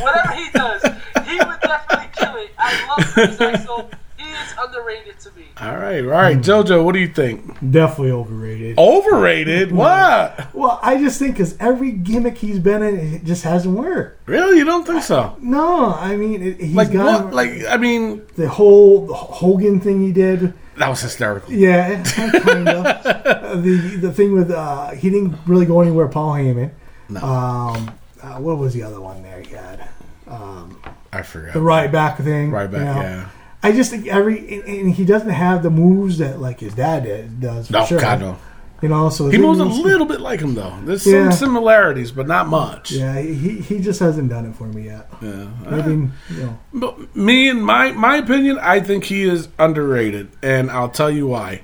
[SPEAKER 5] Whatever he does, he would definitely kill it. I love Chris Axel. He is underrated to me.
[SPEAKER 3] All right, all right, JoJo. What do you think?
[SPEAKER 4] Definitely overrated.
[SPEAKER 3] Oh.
[SPEAKER 4] Hmm.
[SPEAKER 3] Overrated? What?
[SPEAKER 4] Well, I just think because every gimmick he's been in, it just hasn't worked.
[SPEAKER 3] Really? You don't think so?
[SPEAKER 4] No, I mean, it, he's
[SPEAKER 3] Like
[SPEAKER 4] got
[SPEAKER 3] what? Like I mean,
[SPEAKER 4] the whole Hogan thing he did.
[SPEAKER 3] that was hysterical.
[SPEAKER 4] Yeah, kind of. Uh, the the thing with uh, he didn't really go anywhere. Paul Heyman.
[SPEAKER 3] No.
[SPEAKER 4] Um, uh, what was the other one there he had? Um,
[SPEAKER 3] I forgot.
[SPEAKER 4] the right back thing.
[SPEAKER 3] Right back.
[SPEAKER 4] you know?
[SPEAKER 3] Yeah.
[SPEAKER 4] I just think every and, and he doesn't have the moves that like his dad did, does. For
[SPEAKER 3] No,
[SPEAKER 4] sure.
[SPEAKER 3] God no.
[SPEAKER 4] You know, so the
[SPEAKER 3] He
[SPEAKER 4] thing
[SPEAKER 3] moves a
[SPEAKER 4] is-
[SPEAKER 3] little bit like him though. There's
[SPEAKER 4] Yeah.
[SPEAKER 3] some similarities, but not much.
[SPEAKER 4] Yeah, he he just hasn't done it for me yet.
[SPEAKER 3] Yeah.
[SPEAKER 4] I mean, you know,
[SPEAKER 3] But me and my my opinion, I think he is underrated, and I'll tell you why.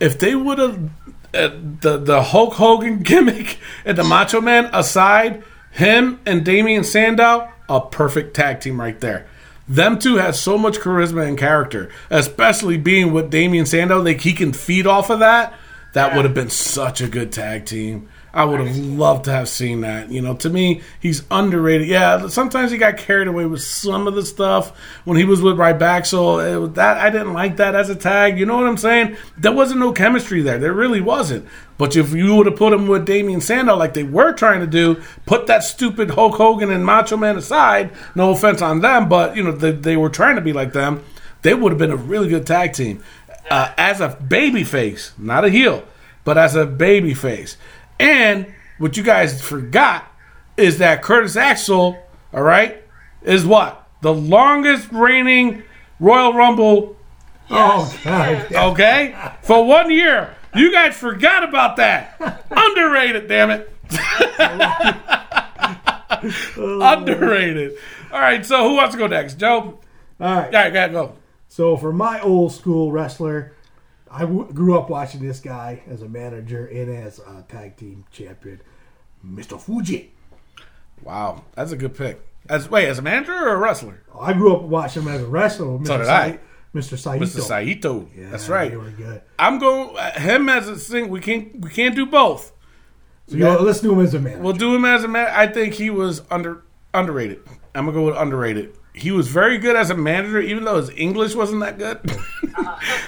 [SPEAKER 3] If they would have uh, the the Hulk Hogan gimmick and the Macho Man aside, him and Damian Sandow a perfect tag team right there. Them two have so much charisma and character, especially being with Damian Sandow. Like he can feed off of that. That would have been such a good tag team. I would have loved to have seen that. You know, to me, he's underrated. Yeah, sometimes he got carried away with some of the stuff when he was with Rybaxel. It, was- that I didn't like that as a tag. You know what I'm saying? There wasn't no chemistry there. There really wasn't. But if you would have put him with Damian Sandow like they were trying to do, put that stupid Hulk Hogan and Macho Man aside. No offense on them, but you know they, they were trying to be like them. They would have been a really good tag team uh, as a baby face, not a heel, but as a baby face. And what you guys forgot is that Curtis Axel, all right, is what the longest reigning Royal Rumble.
[SPEAKER 4] Oh, God.
[SPEAKER 3] Okay, for one year, you guys forgot about that. Underrated, damn it. Underrated. All right, so who wants to go next? Joe.
[SPEAKER 4] All right.
[SPEAKER 3] All right, go ahead, go.
[SPEAKER 4] So for my old school wrestler, I w- grew up watching this guy as a manager and as a tag team champion, Mr. Fuji.
[SPEAKER 3] Wow, that's a good pick. As wait, as a manager or a wrestler?
[SPEAKER 4] Oh, I grew up watching him as a wrestler. With Mr.
[SPEAKER 3] So did I.
[SPEAKER 4] Mr. Saito.
[SPEAKER 3] Mr. Saito. That's
[SPEAKER 4] Yeah,
[SPEAKER 3] right.
[SPEAKER 4] They were good.
[SPEAKER 3] I'm going him as a sing. We can't we can't do both.
[SPEAKER 4] So you know, let's do him as a manager.
[SPEAKER 3] We'll do him as a man. I think he was under underrated. I'm gonna go with underrated. He was very good as a manager, even though his English wasn't that good.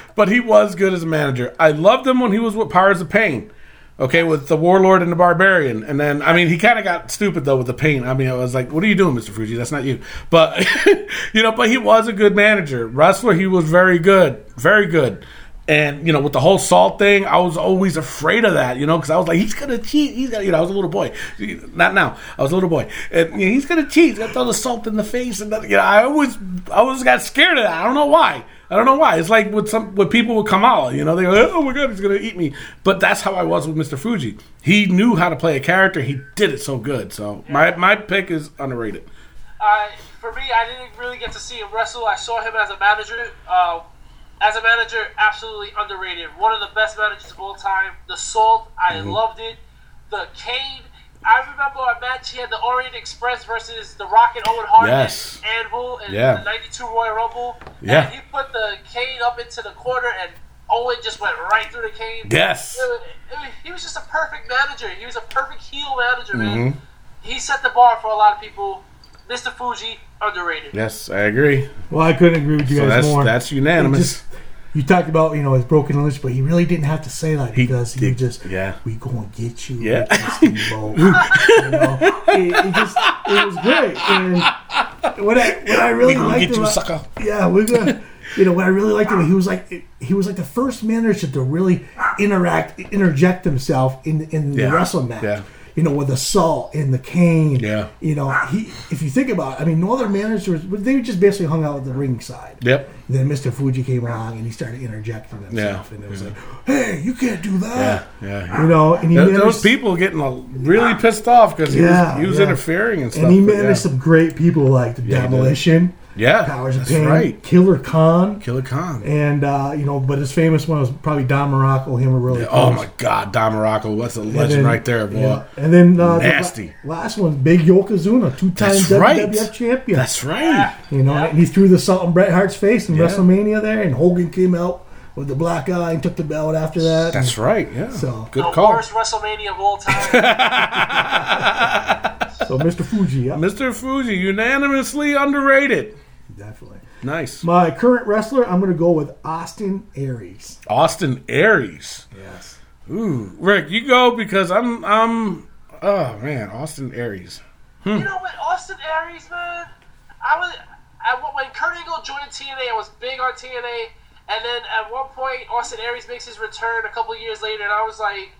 [SPEAKER 3] but he was good as a manager. I loved him when he was with Powers of Pain. Okay, with the Warlord and the Barbarian, and then I mean he kind of got stupid though with the pain. I mean I was like, what are you doing, Mister Fuji? That's not you. But you know, but he was a good manager wrestler. He was very good, very good. And you know, with the whole salt thing, I was always afraid of that. You know, because I was like, he's gonna cheat. He's gonna, you know, I was a little boy. Not now. I was a little boy, and you know, he's gonna cheat. He's gonna throw the salt in the face, and that- you know, I always, I always got scared of that. I don't know why. I don't know why. It's like with some with people would come out, you know, they go, "Oh my god, he's gonna eat me." But that's how I was with Mr. Fuji. He knew how to play a character. He did it so good. So my my pick is underrated.
[SPEAKER 5] I, for me, I didn't really get to see him wrestle. I saw him as a manager. Uh, as a manager, absolutely underrated. One of the best managers of all time. The Salt, I
[SPEAKER 3] Mm-hmm.
[SPEAKER 5] loved it. The Kane, I remember a match he had the Orient Express versus the Rocket Owen Hart
[SPEAKER 3] Yes.
[SPEAKER 5] and Anvil and
[SPEAKER 3] Yeah.
[SPEAKER 5] the '92 Royal Rumble.
[SPEAKER 3] Yeah.
[SPEAKER 5] and he put the Kane up into the corner and. Owen just went right through the Kane.
[SPEAKER 3] Yes.
[SPEAKER 5] It was- it was- he was just a perfect manager. He was a perfect heel manager,
[SPEAKER 3] Mm-hmm.
[SPEAKER 5] man. He set the bar for a lot of people. Mr. Fuji, underrated.
[SPEAKER 3] Yes, I agree.
[SPEAKER 4] Well, I couldn't agree with you
[SPEAKER 3] So
[SPEAKER 4] guys
[SPEAKER 3] that's
[SPEAKER 4] more.
[SPEAKER 3] that's
[SPEAKER 4] He
[SPEAKER 3] unanimous.
[SPEAKER 4] just- you talked about you know his broken English, but he really didn't have to say that because he
[SPEAKER 3] did-
[SPEAKER 4] just
[SPEAKER 3] yeah.
[SPEAKER 4] we gonna get you,
[SPEAKER 3] Yeah.
[SPEAKER 4] with this steamboat." you know? it, it just it was great. And what I what I really
[SPEAKER 3] We gonna
[SPEAKER 4] liked
[SPEAKER 3] get you,
[SPEAKER 4] about-
[SPEAKER 3] sucker.
[SPEAKER 4] yeah, we're gonna. You know what I really liked him. He was like he was like the first manager to really interact, interject himself in in
[SPEAKER 3] Yeah.
[SPEAKER 4] the wrestling match.
[SPEAKER 3] Yeah.
[SPEAKER 4] You know, with the salt and the cane.
[SPEAKER 3] Yeah.
[SPEAKER 4] You know, he if you think about it, I mean, no other managers they just basically hung out at the ringside.
[SPEAKER 3] Yep.
[SPEAKER 4] Then Mr. Fuji came along and he started interjecting himself,
[SPEAKER 3] Yeah.
[SPEAKER 4] and it was like, "Hey, you can't do that."
[SPEAKER 3] yeah.
[SPEAKER 4] You know, and he
[SPEAKER 3] Th-
[SPEAKER 4] managed,
[SPEAKER 3] Those people getting uh, really pissed off because he
[SPEAKER 4] Yeah,
[SPEAKER 3] was, he was
[SPEAKER 4] yeah.
[SPEAKER 3] interfering and stuff.
[SPEAKER 4] and he
[SPEAKER 3] but
[SPEAKER 4] managed some great people like the
[SPEAKER 3] he did.
[SPEAKER 4] Demolition,
[SPEAKER 3] yeah. yeah,
[SPEAKER 4] Powers of
[SPEAKER 3] that's
[SPEAKER 4] Pain,
[SPEAKER 3] right.
[SPEAKER 4] Killer Khan,
[SPEAKER 3] Killer Khan.
[SPEAKER 4] and uh, you know, but his famous one was probably Don Morocco. Him were really
[SPEAKER 3] oh
[SPEAKER 4] close.
[SPEAKER 3] my God, Don Morocco, that's a
[SPEAKER 4] And
[SPEAKER 3] legend
[SPEAKER 4] then-
[SPEAKER 3] right there, boy.
[SPEAKER 4] yeah. And then uh, the la-
[SPEAKER 3] Nasty.
[SPEAKER 4] last one, Big Yokozuna, two-time
[SPEAKER 3] That's
[SPEAKER 4] WWF
[SPEAKER 3] right.
[SPEAKER 4] champion.
[SPEAKER 3] That's right.
[SPEAKER 4] You know, and he threw the salt in Bret Hart's face in WrestleMania there, and Hogan came out with the black eye and took the belt after that.
[SPEAKER 3] That's right. Yeah.
[SPEAKER 4] So-
[SPEAKER 3] good
[SPEAKER 5] The
[SPEAKER 3] call.
[SPEAKER 5] worst WrestleMania of all time.
[SPEAKER 4] So Mr. Fuji, yeah,
[SPEAKER 3] Mr. Fuji, unanimously underrated.
[SPEAKER 4] definitely.
[SPEAKER 3] Nice.
[SPEAKER 4] My current wrestler, I'm going to go with Austin Aries.
[SPEAKER 3] Austin Aries.
[SPEAKER 4] Yes.
[SPEAKER 3] Ooh, Rick, you go because I'm I'm. Oh man, Austin Aries.
[SPEAKER 5] you know what, Austin Aries, man? I was I, when Kurt Angle joined TNA, I was big on TNA, and then at one point, Austin Aries makes his return a couple years later, and I was like,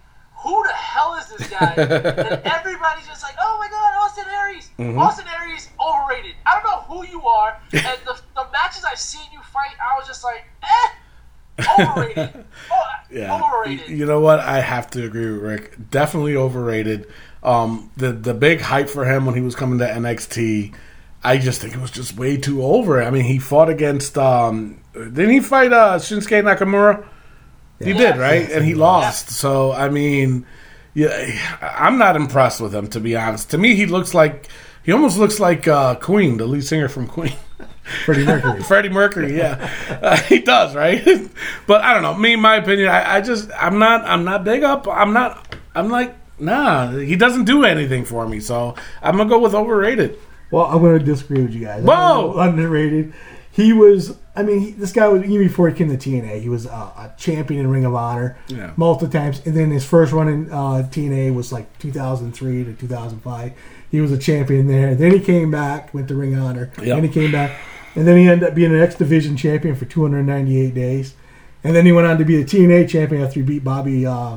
[SPEAKER 5] "Who the hell is this guy?" and everybody's just like, "Oh my God, Austin Aries!
[SPEAKER 3] Mm-hmm.
[SPEAKER 5] Austin Aries overrated. I don't know who you are." And the, the matches I've seen you fight, I was just like, "Eh, overrated. Oh, overrated."
[SPEAKER 3] You know what? I have to agree with Rick. Definitely overrated. Um, the the big hype for him when he was coming to NXT, I just think it was just way too over. I mean, he fought against. Um, didn't he fight uh, Shinsuke Nakamura? He did, right? and he lost. So I mean, yeah, I'm not impressed with him to be honest. To me, he looks like He almost looks like uh, Queen, the lead singer from Queen.
[SPEAKER 4] Freddie Mercury.
[SPEAKER 3] Freddie Mercury, yeah, uh, he does, right? but I don't know. Me, my opinion, I, I just I'm not I'm not big up. I'm not I'm like nah. He doesn't do anything for me, so I'm gonna go with overrated.
[SPEAKER 4] Well, I'm going to disagree with you guys. I'm
[SPEAKER 3] Whoa!
[SPEAKER 4] gonna go Underrated. He was. I mean, he, this guy was even before he came to TNA. He was uh, a champion in Ring of Honor
[SPEAKER 3] Yeah.
[SPEAKER 4] multiple times, and then his first run in uh, TNA was like 2003 to 2005. He was a champion there. then he came back, went to Ring of Honor,
[SPEAKER 3] Yep.
[SPEAKER 4] and he came back, and then he ended up being an X Division champion for 298 days, and then he went on to be a TNA champion after he beat Bobby uh,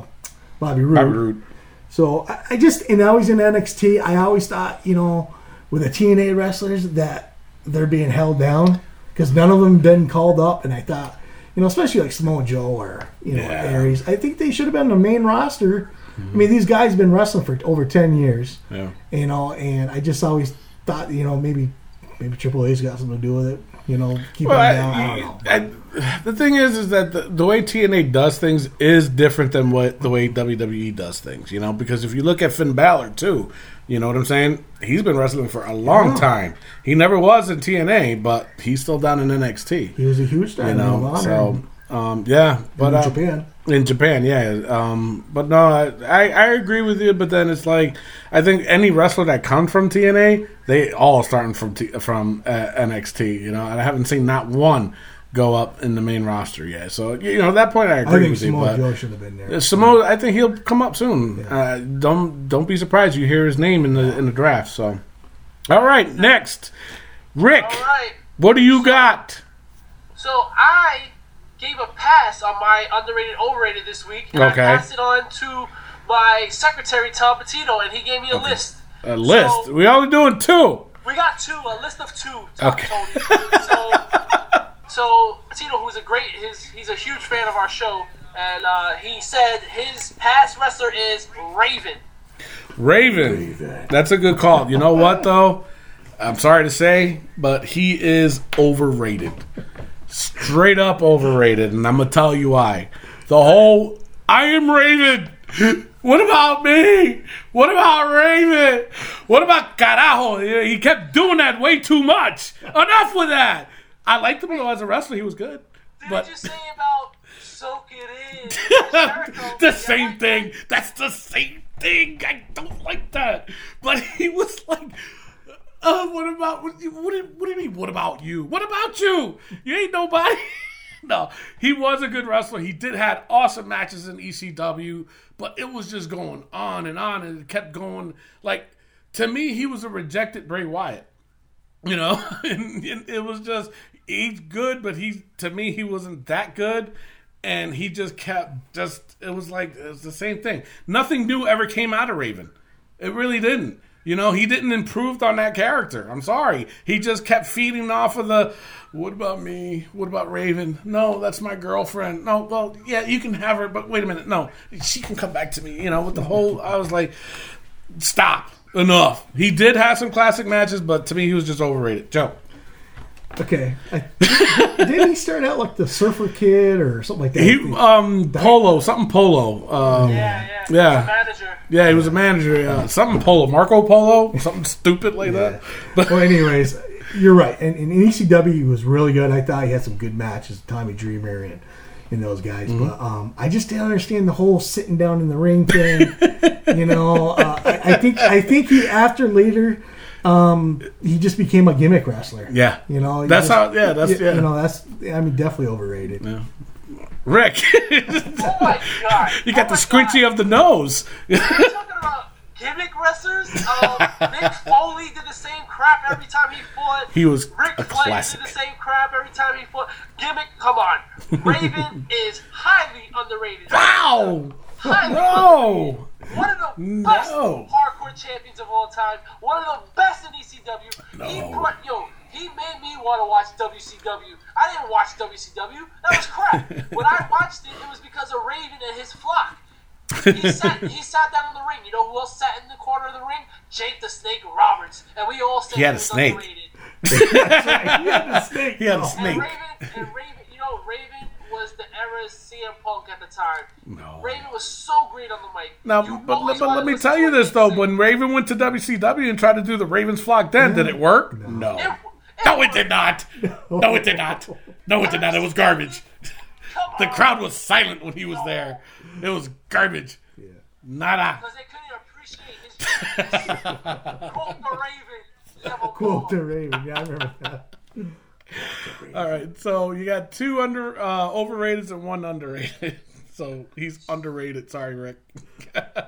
[SPEAKER 4] Bobby Roode.
[SPEAKER 3] Bobby Roode.
[SPEAKER 4] So I, I just and I was in NXT. I always thought, you know, with the TNA wrestlers that they're being held down because none of them been called up. And I thought, you know, especially like Samoa Joe or you know
[SPEAKER 3] Yeah.
[SPEAKER 4] Aries, I think they should have been on the main roster. I mean, these guys been wrestling for over ten years,
[SPEAKER 3] Yeah.
[SPEAKER 4] you know, and I just always thought, you know, maybe maybe Triple H's got something to do with it. You know, keep
[SPEAKER 3] Well,
[SPEAKER 4] on down. I, don't know.
[SPEAKER 3] I, I, the thing is, is that the, the way TNA does things is different than what the way WWE does things. You know, because if you look at Finn Balor too, you know what I'm saying. He's been wrestling for a long time. He never was in TNA, but he's still down in NXT.
[SPEAKER 4] He was a huge star
[SPEAKER 3] You
[SPEAKER 4] in Ring of
[SPEAKER 3] know,
[SPEAKER 4] Honor
[SPEAKER 3] so um, yeah, but
[SPEAKER 4] in
[SPEAKER 3] uh,
[SPEAKER 4] Japan.
[SPEAKER 3] in Japan, yeah. Um, but no, I, I I agree with you. But then it's like I think any wrestler that comes from TNA, they all starting from T, from uh, NXT. You know, and I haven't seen not one go up in the main roster yet. So you know, at that point, I
[SPEAKER 4] I
[SPEAKER 3] agree
[SPEAKER 4] think
[SPEAKER 3] with you.
[SPEAKER 4] Samoa
[SPEAKER 3] But uh,
[SPEAKER 4] Joe should have been there.
[SPEAKER 3] Samoa, I think he'll come up soon. Uh, don't don't be surprised you hear his name in the in the draft. So, all right, next, Rick,
[SPEAKER 5] All right.
[SPEAKER 3] what do you got?
[SPEAKER 5] So I gave a pass on my underrated overrated this week, and
[SPEAKER 3] Okay.
[SPEAKER 5] I passed it on to my secretary Tom Petito, and he gave me a list.
[SPEAKER 3] A list.
[SPEAKER 5] So-
[SPEAKER 3] we only doing two.
[SPEAKER 5] We got two, a list of two. Tom
[SPEAKER 3] Okay.
[SPEAKER 5] told me. So, so Tito, who's a great, his, he's a huge fan of our show, and uh, he said his past wrestler is Raven.
[SPEAKER 3] Raven. That's a good call. You know what though? I'm sorry to say, but he is overrated. Straight up overrated, and I'm gonna tell you why. The whole I am Raven. What about me? What about Raven? What about Carajo? He kept doing that way too much. Enough with that. I liked him though as a wrestler. He was good.
[SPEAKER 5] Did
[SPEAKER 3] But
[SPEAKER 5] you say about soak it in?
[SPEAKER 3] the same thing. That's the same thing. I don't like that. But he was like, uh, "What about what? do- What do, what do you mean? What about you? What about you? You ain't nobody." no, he was a good wrestler. He did had awesome matches in ECW, but it was just going on and on, and it kept going. Like to me, he was a rejected Bray Wyatt you know and, and it was just he's good but he to me he wasn't that good and he just kept just it was like it was the same thing nothing new ever came out of raven it really didn't you know he didn't improve on that character i'm sorry he just kept feeding off of the what about me what about raven no that's my girlfriend no well yeah you can have her but wait a minute no she can come back to me you know with the whole i was like stop enough he did have some classic matches but to me he was just overrated joe
[SPEAKER 4] Okay. I, didn't he start out like the surfer kid or something like that?
[SPEAKER 3] he um polo something polo um yeah Yeah.
[SPEAKER 5] Yeah, Manager.
[SPEAKER 3] he was a manager uh, something polo marco polo something stupid like that but
[SPEAKER 4] well, anyways, you're right. And, and ECW he was really good. I thought he had some good matches, Tommy Dreamer and and those guys.
[SPEAKER 3] Mm-hmm.
[SPEAKER 4] But um, I just didn't understand the whole sitting down in the ring thing. you know, uh, I, I think I think he after later. Um, he just became a gimmick wrestler.
[SPEAKER 3] Yeah.
[SPEAKER 4] you know he
[SPEAKER 3] That's
[SPEAKER 4] just-
[SPEAKER 3] how- yeah, that's-
[SPEAKER 4] you,
[SPEAKER 3] yeah.
[SPEAKER 4] You know, that's. I mean, definitely overrated.
[SPEAKER 3] rick
[SPEAKER 5] Oh my god.
[SPEAKER 3] you got the
[SPEAKER 5] Oh my
[SPEAKER 3] squinty
[SPEAKER 5] God.
[SPEAKER 3] of the nose
[SPEAKER 5] You're talking about gimmick wrestlers? Um, Mick Foley did the same crap every time he fought.
[SPEAKER 3] He was
[SPEAKER 5] Rick
[SPEAKER 3] a
[SPEAKER 5] Flair
[SPEAKER 3] classic.
[SPEAKER 5] did the same crap every time he fought. Gimmick, come on. Raven is highly underrated.
[SPEAKER 3] wow
[SPEAKER 5] Highly
[SPEAKER 3] Ah, no
[SPEAKER 5] One of the best
[SPEAKER 3] No.
[SPEAKER 5] hardcore champions of all time. One of the best in ECW. He
[SPEAKER 3] No.
[SPEAKER 5] brought, yo, he made me want to watch WCW. I didn't watch WCW. That was crap. when I watched it, it was because of Raven and his flock. He sat, he sat down in the ring. You know who else sat in the corner of the ring? Jake the Snake Roberts. And we all said
[SPEAKER 3] He had a
[SPEAKER 5] was
[SPEAKER 3] snake.
[SPEAKER 5] underrated.
[SPEAKER 4] he had a snake.
[SPEAKER 3] he had a
[SPEAKER 5] And
[SPEAKER 3] snake
[SPEAKER 5] Raven, and Raven, you know, Raven was the era of CM Punk at the time.
[SPEAKER 3] No.
[SPEAKER 5] Raven was so great on the mic.
[SPEAKER 3] Now,
[SPEAKER 5] You
[SPEAKER 3] but,
[SPEAKER 5] always
[SPEAKER 3] but
[SPEAKER 5] wanted
[SPEAKER 3] let me
[SPEAKER 5] to
[SPEAKER 3] tell you
[SPEAKER 5] listen to
[SPEAKER 3] this though:
[SPEAKER 5] him.
[SPEAKER 3] when Raven went to WCW and tried to do the Ravens flock, then did it work? No,
[SPEAKER 5] It- it
[SPEAKER 3] no, it
[SPEAKER 5] worked.
[SPEAKER 3] did not. No, it did not. No, it did not. It was garbage.
[SPEAKER 5] Come
[SPEAKER 3] The
[SPEAKER 5] on.
[SPEAKER 3] crowd was silent when he was there. It was garbage. Nada.
[SPEAKER 5] because they couldn't appreciate his genius. quote the Raven. level
[SPEAKER 4] Quote the
[SPEAKER 5] goal.
[SPEAKER 4] Raven. Yeah, I remember that.
[SPEAKER 3] All right, so you got two under uh, overrated and one underrated. So he's underrated. Sorry, Rick.
[SPEAKER 5] I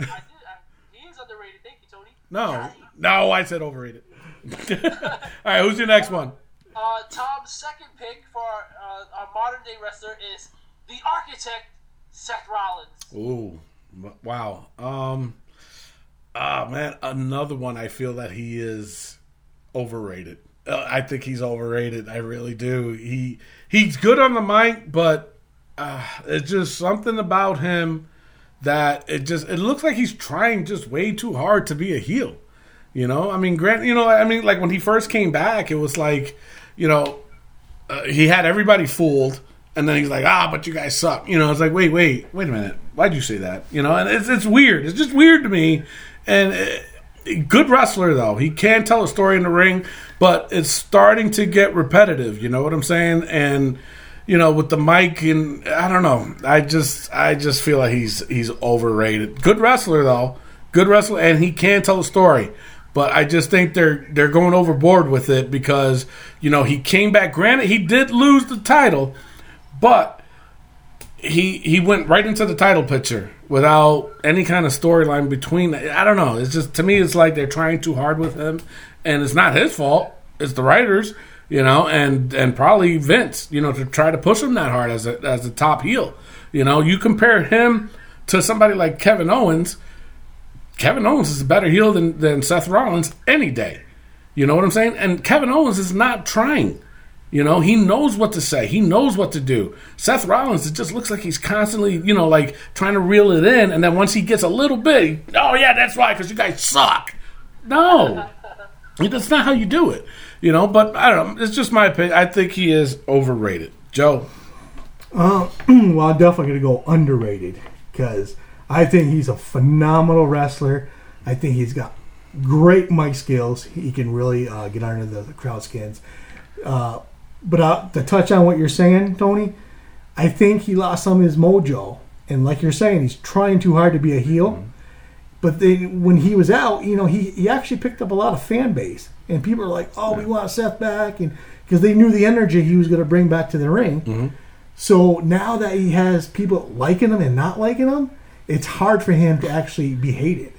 [SPEAKER 5] did, I, he is underrated. Thank you, Tony.
[SPEAKER 3] No, no, I said overrated. All right, who's your next one?
[SPEAKER 5] Uh, Tom's second pick for our, uh, our modern day wrestler is the architect Seth Rollins.
[SPEAKER 3] Ooh, m- wow. Um, ah, man, another one. I feel that he is overrated. Uh, I think he's overrated. I really do. He he's good on the mic, but uh, it's just something about him that it just it looks like he's trying just way too hard to be a heel. You know, I mean, Grant. You know, I mean, like when he first came back, it was like, you know, uh, he had everybody fooled, and then he's like, ah, but you guys suck. You know, it's like, wait, wait, wait a minute, why'd you say that? You know, and it's it's weird. It's just weird to me. And uh, good wrestler though, he can tell a story in the ring, but it's starting to get repetitive. You know what I'm saying? And you know, with the mic and I don't know, I just I just feel like he's he's overrated. Good wrestler though, good wrestler, and he can tell a story. But I just think they're they're going overboard with it because you know he came back. Granted, he did lose the title, but he he went right into the title picture without any kind of storyline between. I don't know. It's just to me, it's like they're trying too hard with him, and it's not his fault. It's the writers, you know, and and probably Vince, you know, to try to push him that hard as a as a top heel. You know, you compare him to somebody like Kevin Owens. Kevin Owens is a better heel than, than Seth Rollins any day. You know what I'm saying? And Kevin Owens is not trying. You know, he knows what to say. He knows what to do. Seth Rollins, it just looks like he's constantly, you know, like trying to reel it in. And then once he gets a little bit, oh, yeah, that's right, because you guys suck. No. That's not how you do it. You know, but I don't know. It's just my opinion. I think he is overrated. Joe.
[SPEAKER 4] Uh, well, I'm definitely going to go underrated because I think he's a phenomenal wrestler. I think he's got great mic skills. He can really uh, get under the, the crowd skins. Uh, but uh, to touch on what you're saying, Tony, I think he lost some of his mojo. And like you're saying, he's trying too hard to be a heel. But then when he was out, you know, he, he actually picked up a lot of fan base. And people are like, oh, we want Seth back. and Because they knew the energy he was going to bring back to the ring. So now that he has people liking him and not liking him, it's hard for him to actually be hated.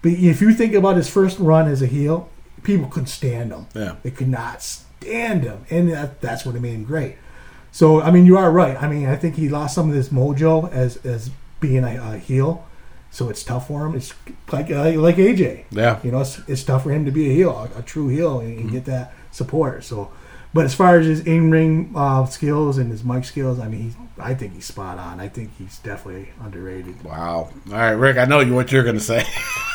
[SPEAKER 4] But if you think about his first run as a heel, people couldn't stand him.
[SPEAKER 3] Yeah.
[SPEAKER 4] They could not stand him. And that, that's what made him great. So, I mean, you are right. I mean, I think he lost some of his mojo as, as being a, a heel. So it's tough for him. It's like uh, like AJ.
[SPEAKER 3] Yeah. Mm-hmm.
[SPEAKER 4] You know, it's, it's tough for him to be a heel, a, a true heel, and, and get that support. So, but as far as his in ring uh, skills and his mic skills, I mean, he's, I think he's spot on. I think he's definitely underrated.
[SPEAKER 3] Wow. All right, Rick, I know you what you're going to say.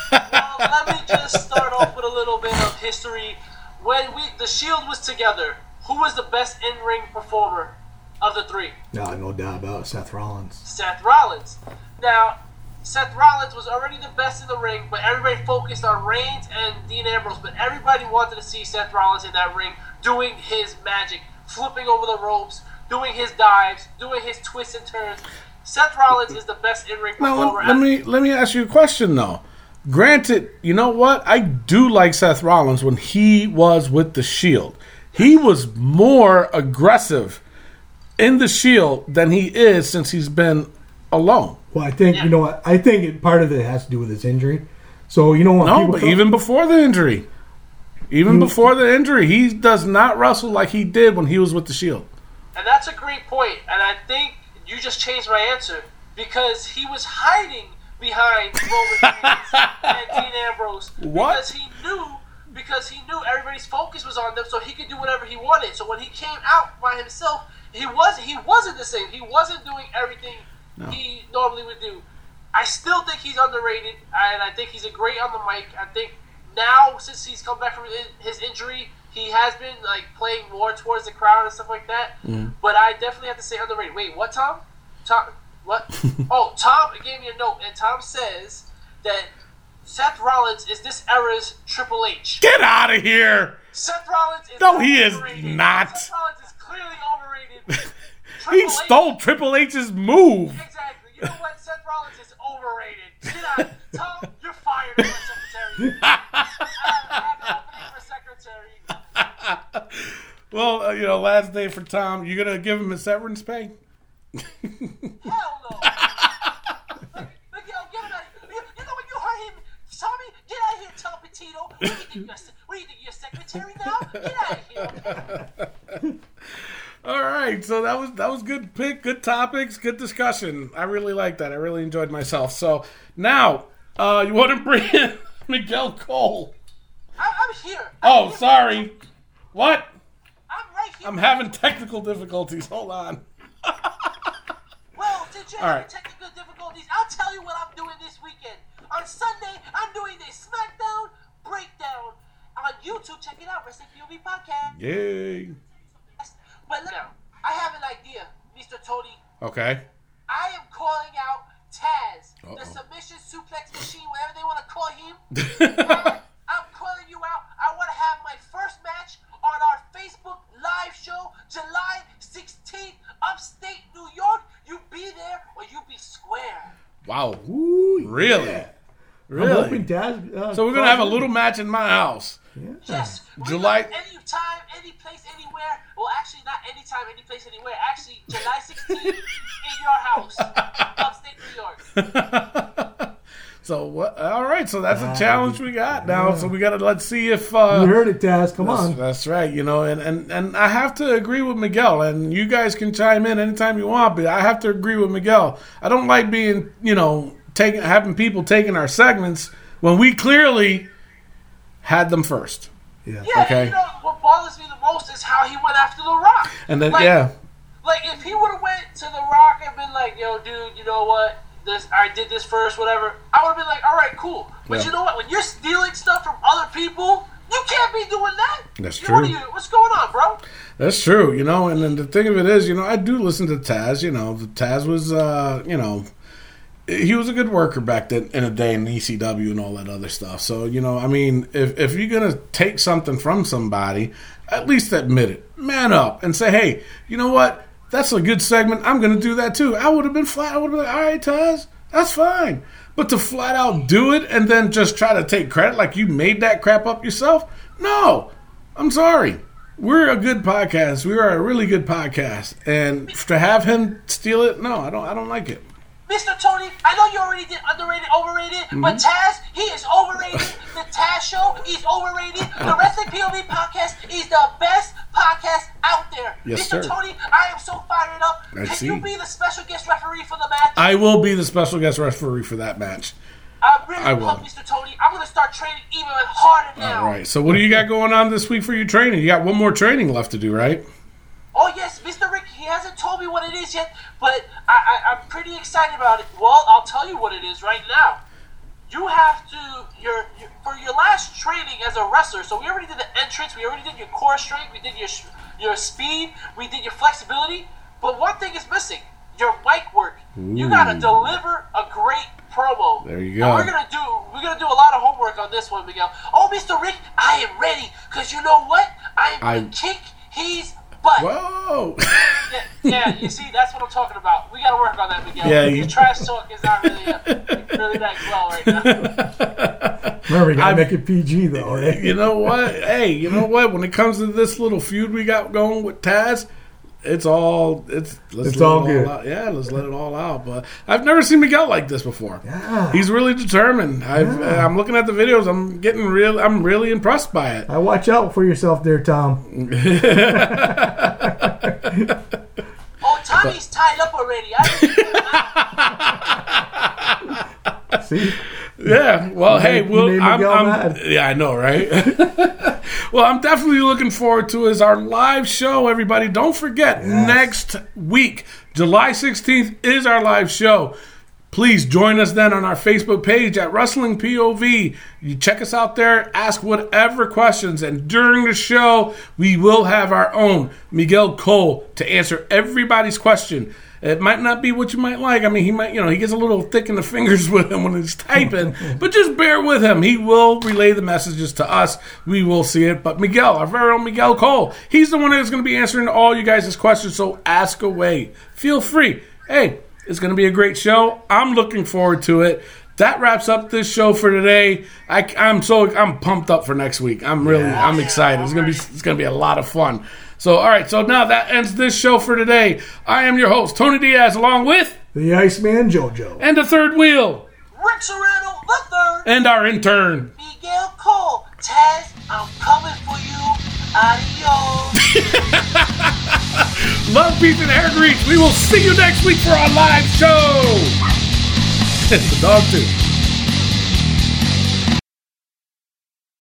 [SPEAKER 5] Well, Uh, let me just start off with a little bit of history. When we the Shield was together, who was the best in-ring performer of the three?
[SPEAKER 4] No, Uh, no doubt about it, Seth Rollins.
[SPEAKER 5] Seth Rollins. Now, Seth Rollins was already the best in the ring, but everybody focused on Reigns and Dean Ambrose. But everybody wanted to see Seth Rollins in that ring doing his magic, flipping over the ropes, doing his dives, doing his twists and turns. Seth Rollins is the best in ring
[SPEAKER 3] Now,
[SPEAKER 5] performer.
[SPEAKER 3] let, let me let me ask you a question though. Granted, you know what? I do like Seth Rollins when he was with the Shield. He was more aggressive in the Shield than he is since he's been alone.
[SPEAKER 4] Well, I think you know what I think. It, part of it has to do with his injury. So you know what?
[SPEAKER 3] No, but even before the injury, even before the injury, he does not wrestle like he did when he was with the Shield.
[SPEAKER 5] And that's a great point, And I think you just changed my answer because he was hiding behind Roman Reigns and Dean Ambrose
[SPEAKER 3] What?
[SPEAKER 5] because he knew because he knew everybody's focus was on them, so he could do whatever he wanted. So when he came out by himself, he was he wasn't the same. He wasn't doing everything he normally would do. I still think he's underrated, and I think he's a great on the mic. I think now since he's come back from his- his injury, He has been like playing more towards the crowd and stuff like that. But I definitely have to say underrated. Wait, what Tom? Tom what? oh, Tom gave me a note and Tom says that Seth Rollins is this era's Triple H.
[SPEAKER 3] Get out of here.
[SPEAKER 5] Seth Rollins is
[SPEAKER 3] No, he is
[SPEAKER 5] overrated.
[SPEAKER 3] not.
[SPEAKER 5] Seth Rollins is clearly overrated.
[SPEAKER 3] He
[SPEAKER 5] Triple H-
[SPEAKER 3] stole Triple H's move.
[SPEAKER 5] Exactly. You know what? Seth Rollins is overrated. Get out. Tom, you're fired for secretary. I have an opening for secretary.
[SPEAKER 3] Well, uh, you know, last day for Tom. You gonna give him a severance pay?
[SPEAKER 5] Hell no. Look, yo, give it a- you you know when you heard him, Tommy, get out of here, Tom Petito. What do you think you're, se- what do you think, you're secretary now? Get out of here.
[SPEAKER 3] All right, so that was that was good pick, good topics, good discussion. I really liked that. I really enjoyed myself. So now, uh, you want to bring in Miguel Cole?
[SPEAKER 5] I'm, I'm here.
[SPEAKER 3] Oh, sorry. What?
[SPEAKER 5] I'm right here.
[SPEAKER 3] I'm having technical difficulties. Hold on.
[SPEAKER 5] Well, did you
[SPEAKER 3] All
[SPEAKER 5] have
[SPEAKER 3] right.
[SPEAKER 5] technical difficulties? I'll tell you what I'm doing this weekend. On Sunday, I'm doing a SmackDown breakdown on YouTube. Check it out, Wrestling POV podcast.
[SPEAKER 3] Yay.
[SPEAKER 5] But look, I have an idea, Mr. Tony.
[SPEAKER 3] Okay.
[SPEAKER 5] I am calling out Taz,
[SPEAKER 3] Uh-oh.
[SPEAKER 5] the submission suplex machine, whatever they want to call him. I'm calling you out. I want to have my first match on our Facebook live show, July 16th, upstate New York. You be there or you be square.
[SPEAKER 3] wow.
[SPEAKER 4] Ooh,
[SPEAKER 3] Really?
[SPEAKER 4] yeah. I'm hoping
[SPEAKER 3] Really?
[SPEAKER 4] Dad. Uh,
[SPEAKER 3] So we're gonna have a little match in my house.
[SPEAKER 5] Yes. we
[SPEAKER 3] July-
[SPEAKER 5] go Any time, any place, anywhere. Well, actually, not any time, any place, anywhere. Actually, July 16th in your house, upstate New York.
[SPEAKER 3] So what? All right. So that's a challenge we got now. So we gotta let's see if uh,
[SPEAKER 4] Ah, You heard it, Daz. Come
[SPEAKER 3] That's,
[SPEAKER 4] on.
[SPEAKER 3] that's right, you know, and, and, and I have to agree with Miguel, and you guys can chime in anytime you want, but I have to agree with Miguel. I don't like being, you know, taking having people taking our segments when we clearly had them first.
[SPEAKER 4] Yeah.
[SPEAKER 5] Yeah,
[SPEAKER 3] Okay.
[SPEAKER 5] you know, what bothers me the most is how he went after The Rock.
[SPEAKER 3] And then
[SPEAKER 5] Like,
[SPEAKER 3] yeah,
[SPEAKER 5] Like, if he would have went to The Rock and been like, yo, dude, you know what? This I did this first, whatever. I would have been like, all right, cool. But
[SPEAKER 3] Yeah.
[SPEAKER 5] you know what? When you're stealing stuff from other people, you can't be doing that.
[SPEAKER 3] That's
[SPEAKER 5] You- what
[SPEAKER 3] true.
[SPEAKER 5] are you- what's going on, bro?
[SPEAKER 3] that's true, you know, and then the thing of it is, you know, I do listen to Taz, you know, the Taz was uh, you know, he was a good worker back then in the day in ECW and all that other stuff. So you know, I mean, if if you're gonna take something from somebody, at least admit it, man up, and say, hey, you know what? That's a good segment. I'm gonna do that too. I would have been flat. I would have been like, all right, Taz, that's fine. But to flat out do it and then just try to take credit like you made that crap up yourself? No, I'm sorry. We're a good podcast. We are a really good podcast, and to have him steal it, no, I don't. I don't like it.
[SPEAKER 5] Mr. Tony, I know you already did underrated, overrated, but
[SPEAKER 3] Mm-hmm.
[SPEAKER 5] Taz, he is overrated. the Taz Show is overrated. The Wrestling POV podcast is the best podcast out there.
[SPEAKER 3] Yes,
[SPEAKER 5] Mr.
[SPEAKER 3] sir.
[SPEAKER 5] Tony, I am so fired up.
[SPEAKER 3] I
[SPEAKER 5] Can
[SPEAKER 3] see.
[SPEAKER 5] you be the special guest referee for the match?
[SPEAKER 3] I will be the special guest referee for that match.
[SPEAKER 5] I'm really
[SPEAKER 3] I will.
[SPEAKER 5] pumped, Mr. Tony. I'm going to start training even harder now.
[SPEAKER 3] All right. So what do you got going on this week for your training? You got one more training left to do, right?
[SPEAKER 5] Oh, yes, Mr. Rick, he hasn't told me what it is yet, but I, I, I'm pretty excited about it. Well, I'll tell you what it is right now. You have to, your, your for your last training as a wrestler, so we already did the entrance, we already did your core strength, we did your, sh- your speed, we did your flexibility, but one thing is missing your mic work. You gotta deliver a great promo.
[SPEAKER 3] There you
[SPEAKER 5] And
[SPEAKER 3] go.
[SPEAKER 5] we're gonna gonna do we're gonna do a lot of homework on this one, Miguel. Oh, Mr. Rick, I am ready because you know what? I'm I...
[SPEAKER 3] I-
[SPEAKER 5] am kick his butt.
[SPEAKER 3] Whoa.
[SPEAKER 5] Yeah, yeah, you see, that's what I'm talking about. We gotta work on that, Miguel.
[SPEAKER 3] Yeah,
[SPEAKER 5] Your
[SPEAKER 3] you-
[SPEAKER 5] trash talk is not really uh, really that well right now.
[SPEAKER 4] Remember, you gotta
[SPEAKER 3] I'm-
[SPEAKER 4] make it PG though, eh? right?
[SPEAKER 3] you know what? Hey, you know what? When it comes to this little feud we got going with Taz, it's all it's let's
[SPEAKER 4] It's
[SPEAKER 3] let
[SPEAKER 4] all
[SPEAKER 3] it
[SPEAKER 4] good.
[SPEAKER 3] out. Yeah, let's let it all out. But I've never seen Miguel like this before.
[SPEAKER 4] Yeah.
[SPEAKER 3] He's really determined. I've,
[SPEAKER 4] Yeah.
[SPEAKER 3] I'm looking at the videos. I'm getting real. I'm really impressed by it.
[SPEAKER 4] I watch out for yourself there, Tom.
[SPEAKER 5] Oh, Tommy's tied up already. I,
[SPEAKER 4] See,
[SPEAKER 3] Yeah. Well, hey,
[SPEAKER 4] made-
[SPEAKER 3] we'll.
[SPEAKER 4] you made
[SPEAKER 3] I'm,
[SPEAKER 4] Miguel
[SPEAKER 3] I'm-
[SPEAKER 4] mad.
[SPEAKER 3] yeah, I know, right? well, I'm definitely looking forward to is our live show. Everybody, don't forget next week, July 16th is our live show. Please join us then on our Facebook page at Wrestling POV. You check us out there, ask whatever questions, and during the show, we will have our own Miguel Cole to answer everybody's question. It might not be what you might like. I mean, he might, you know, he gets a little thick in the fingers with him when he's typing, but just bear with him. He will relay the messages to us. We will see it. But Miguel, our very own Miguel Cole, he's the one that's going to be answering all you guys' questions. So ask away. Feel free. Hey, it's going to be a great show. I'm looking forward to it. That wraps up this show for today. I, am so I'm pumped up for next week. I'm really I'm excited. It's gonna be it's gonna be a lot of fun. So all right, so now that ends this show for today. I am your host Tony Diaz, along with
[SPEAKER 4] The Iceman JoJo.
[SPEAKER 3] and the third wheel
[SPEAKER 5] Rick Serrano the third,
[SPEAKER 3] and our intern.
[SPEAKER 5] Miguel Cole. Taz, I'm coming for you. Adios.
[SPEAKER 3] Love, peace, and hair grease. We will see you next week for our live show. the dog too.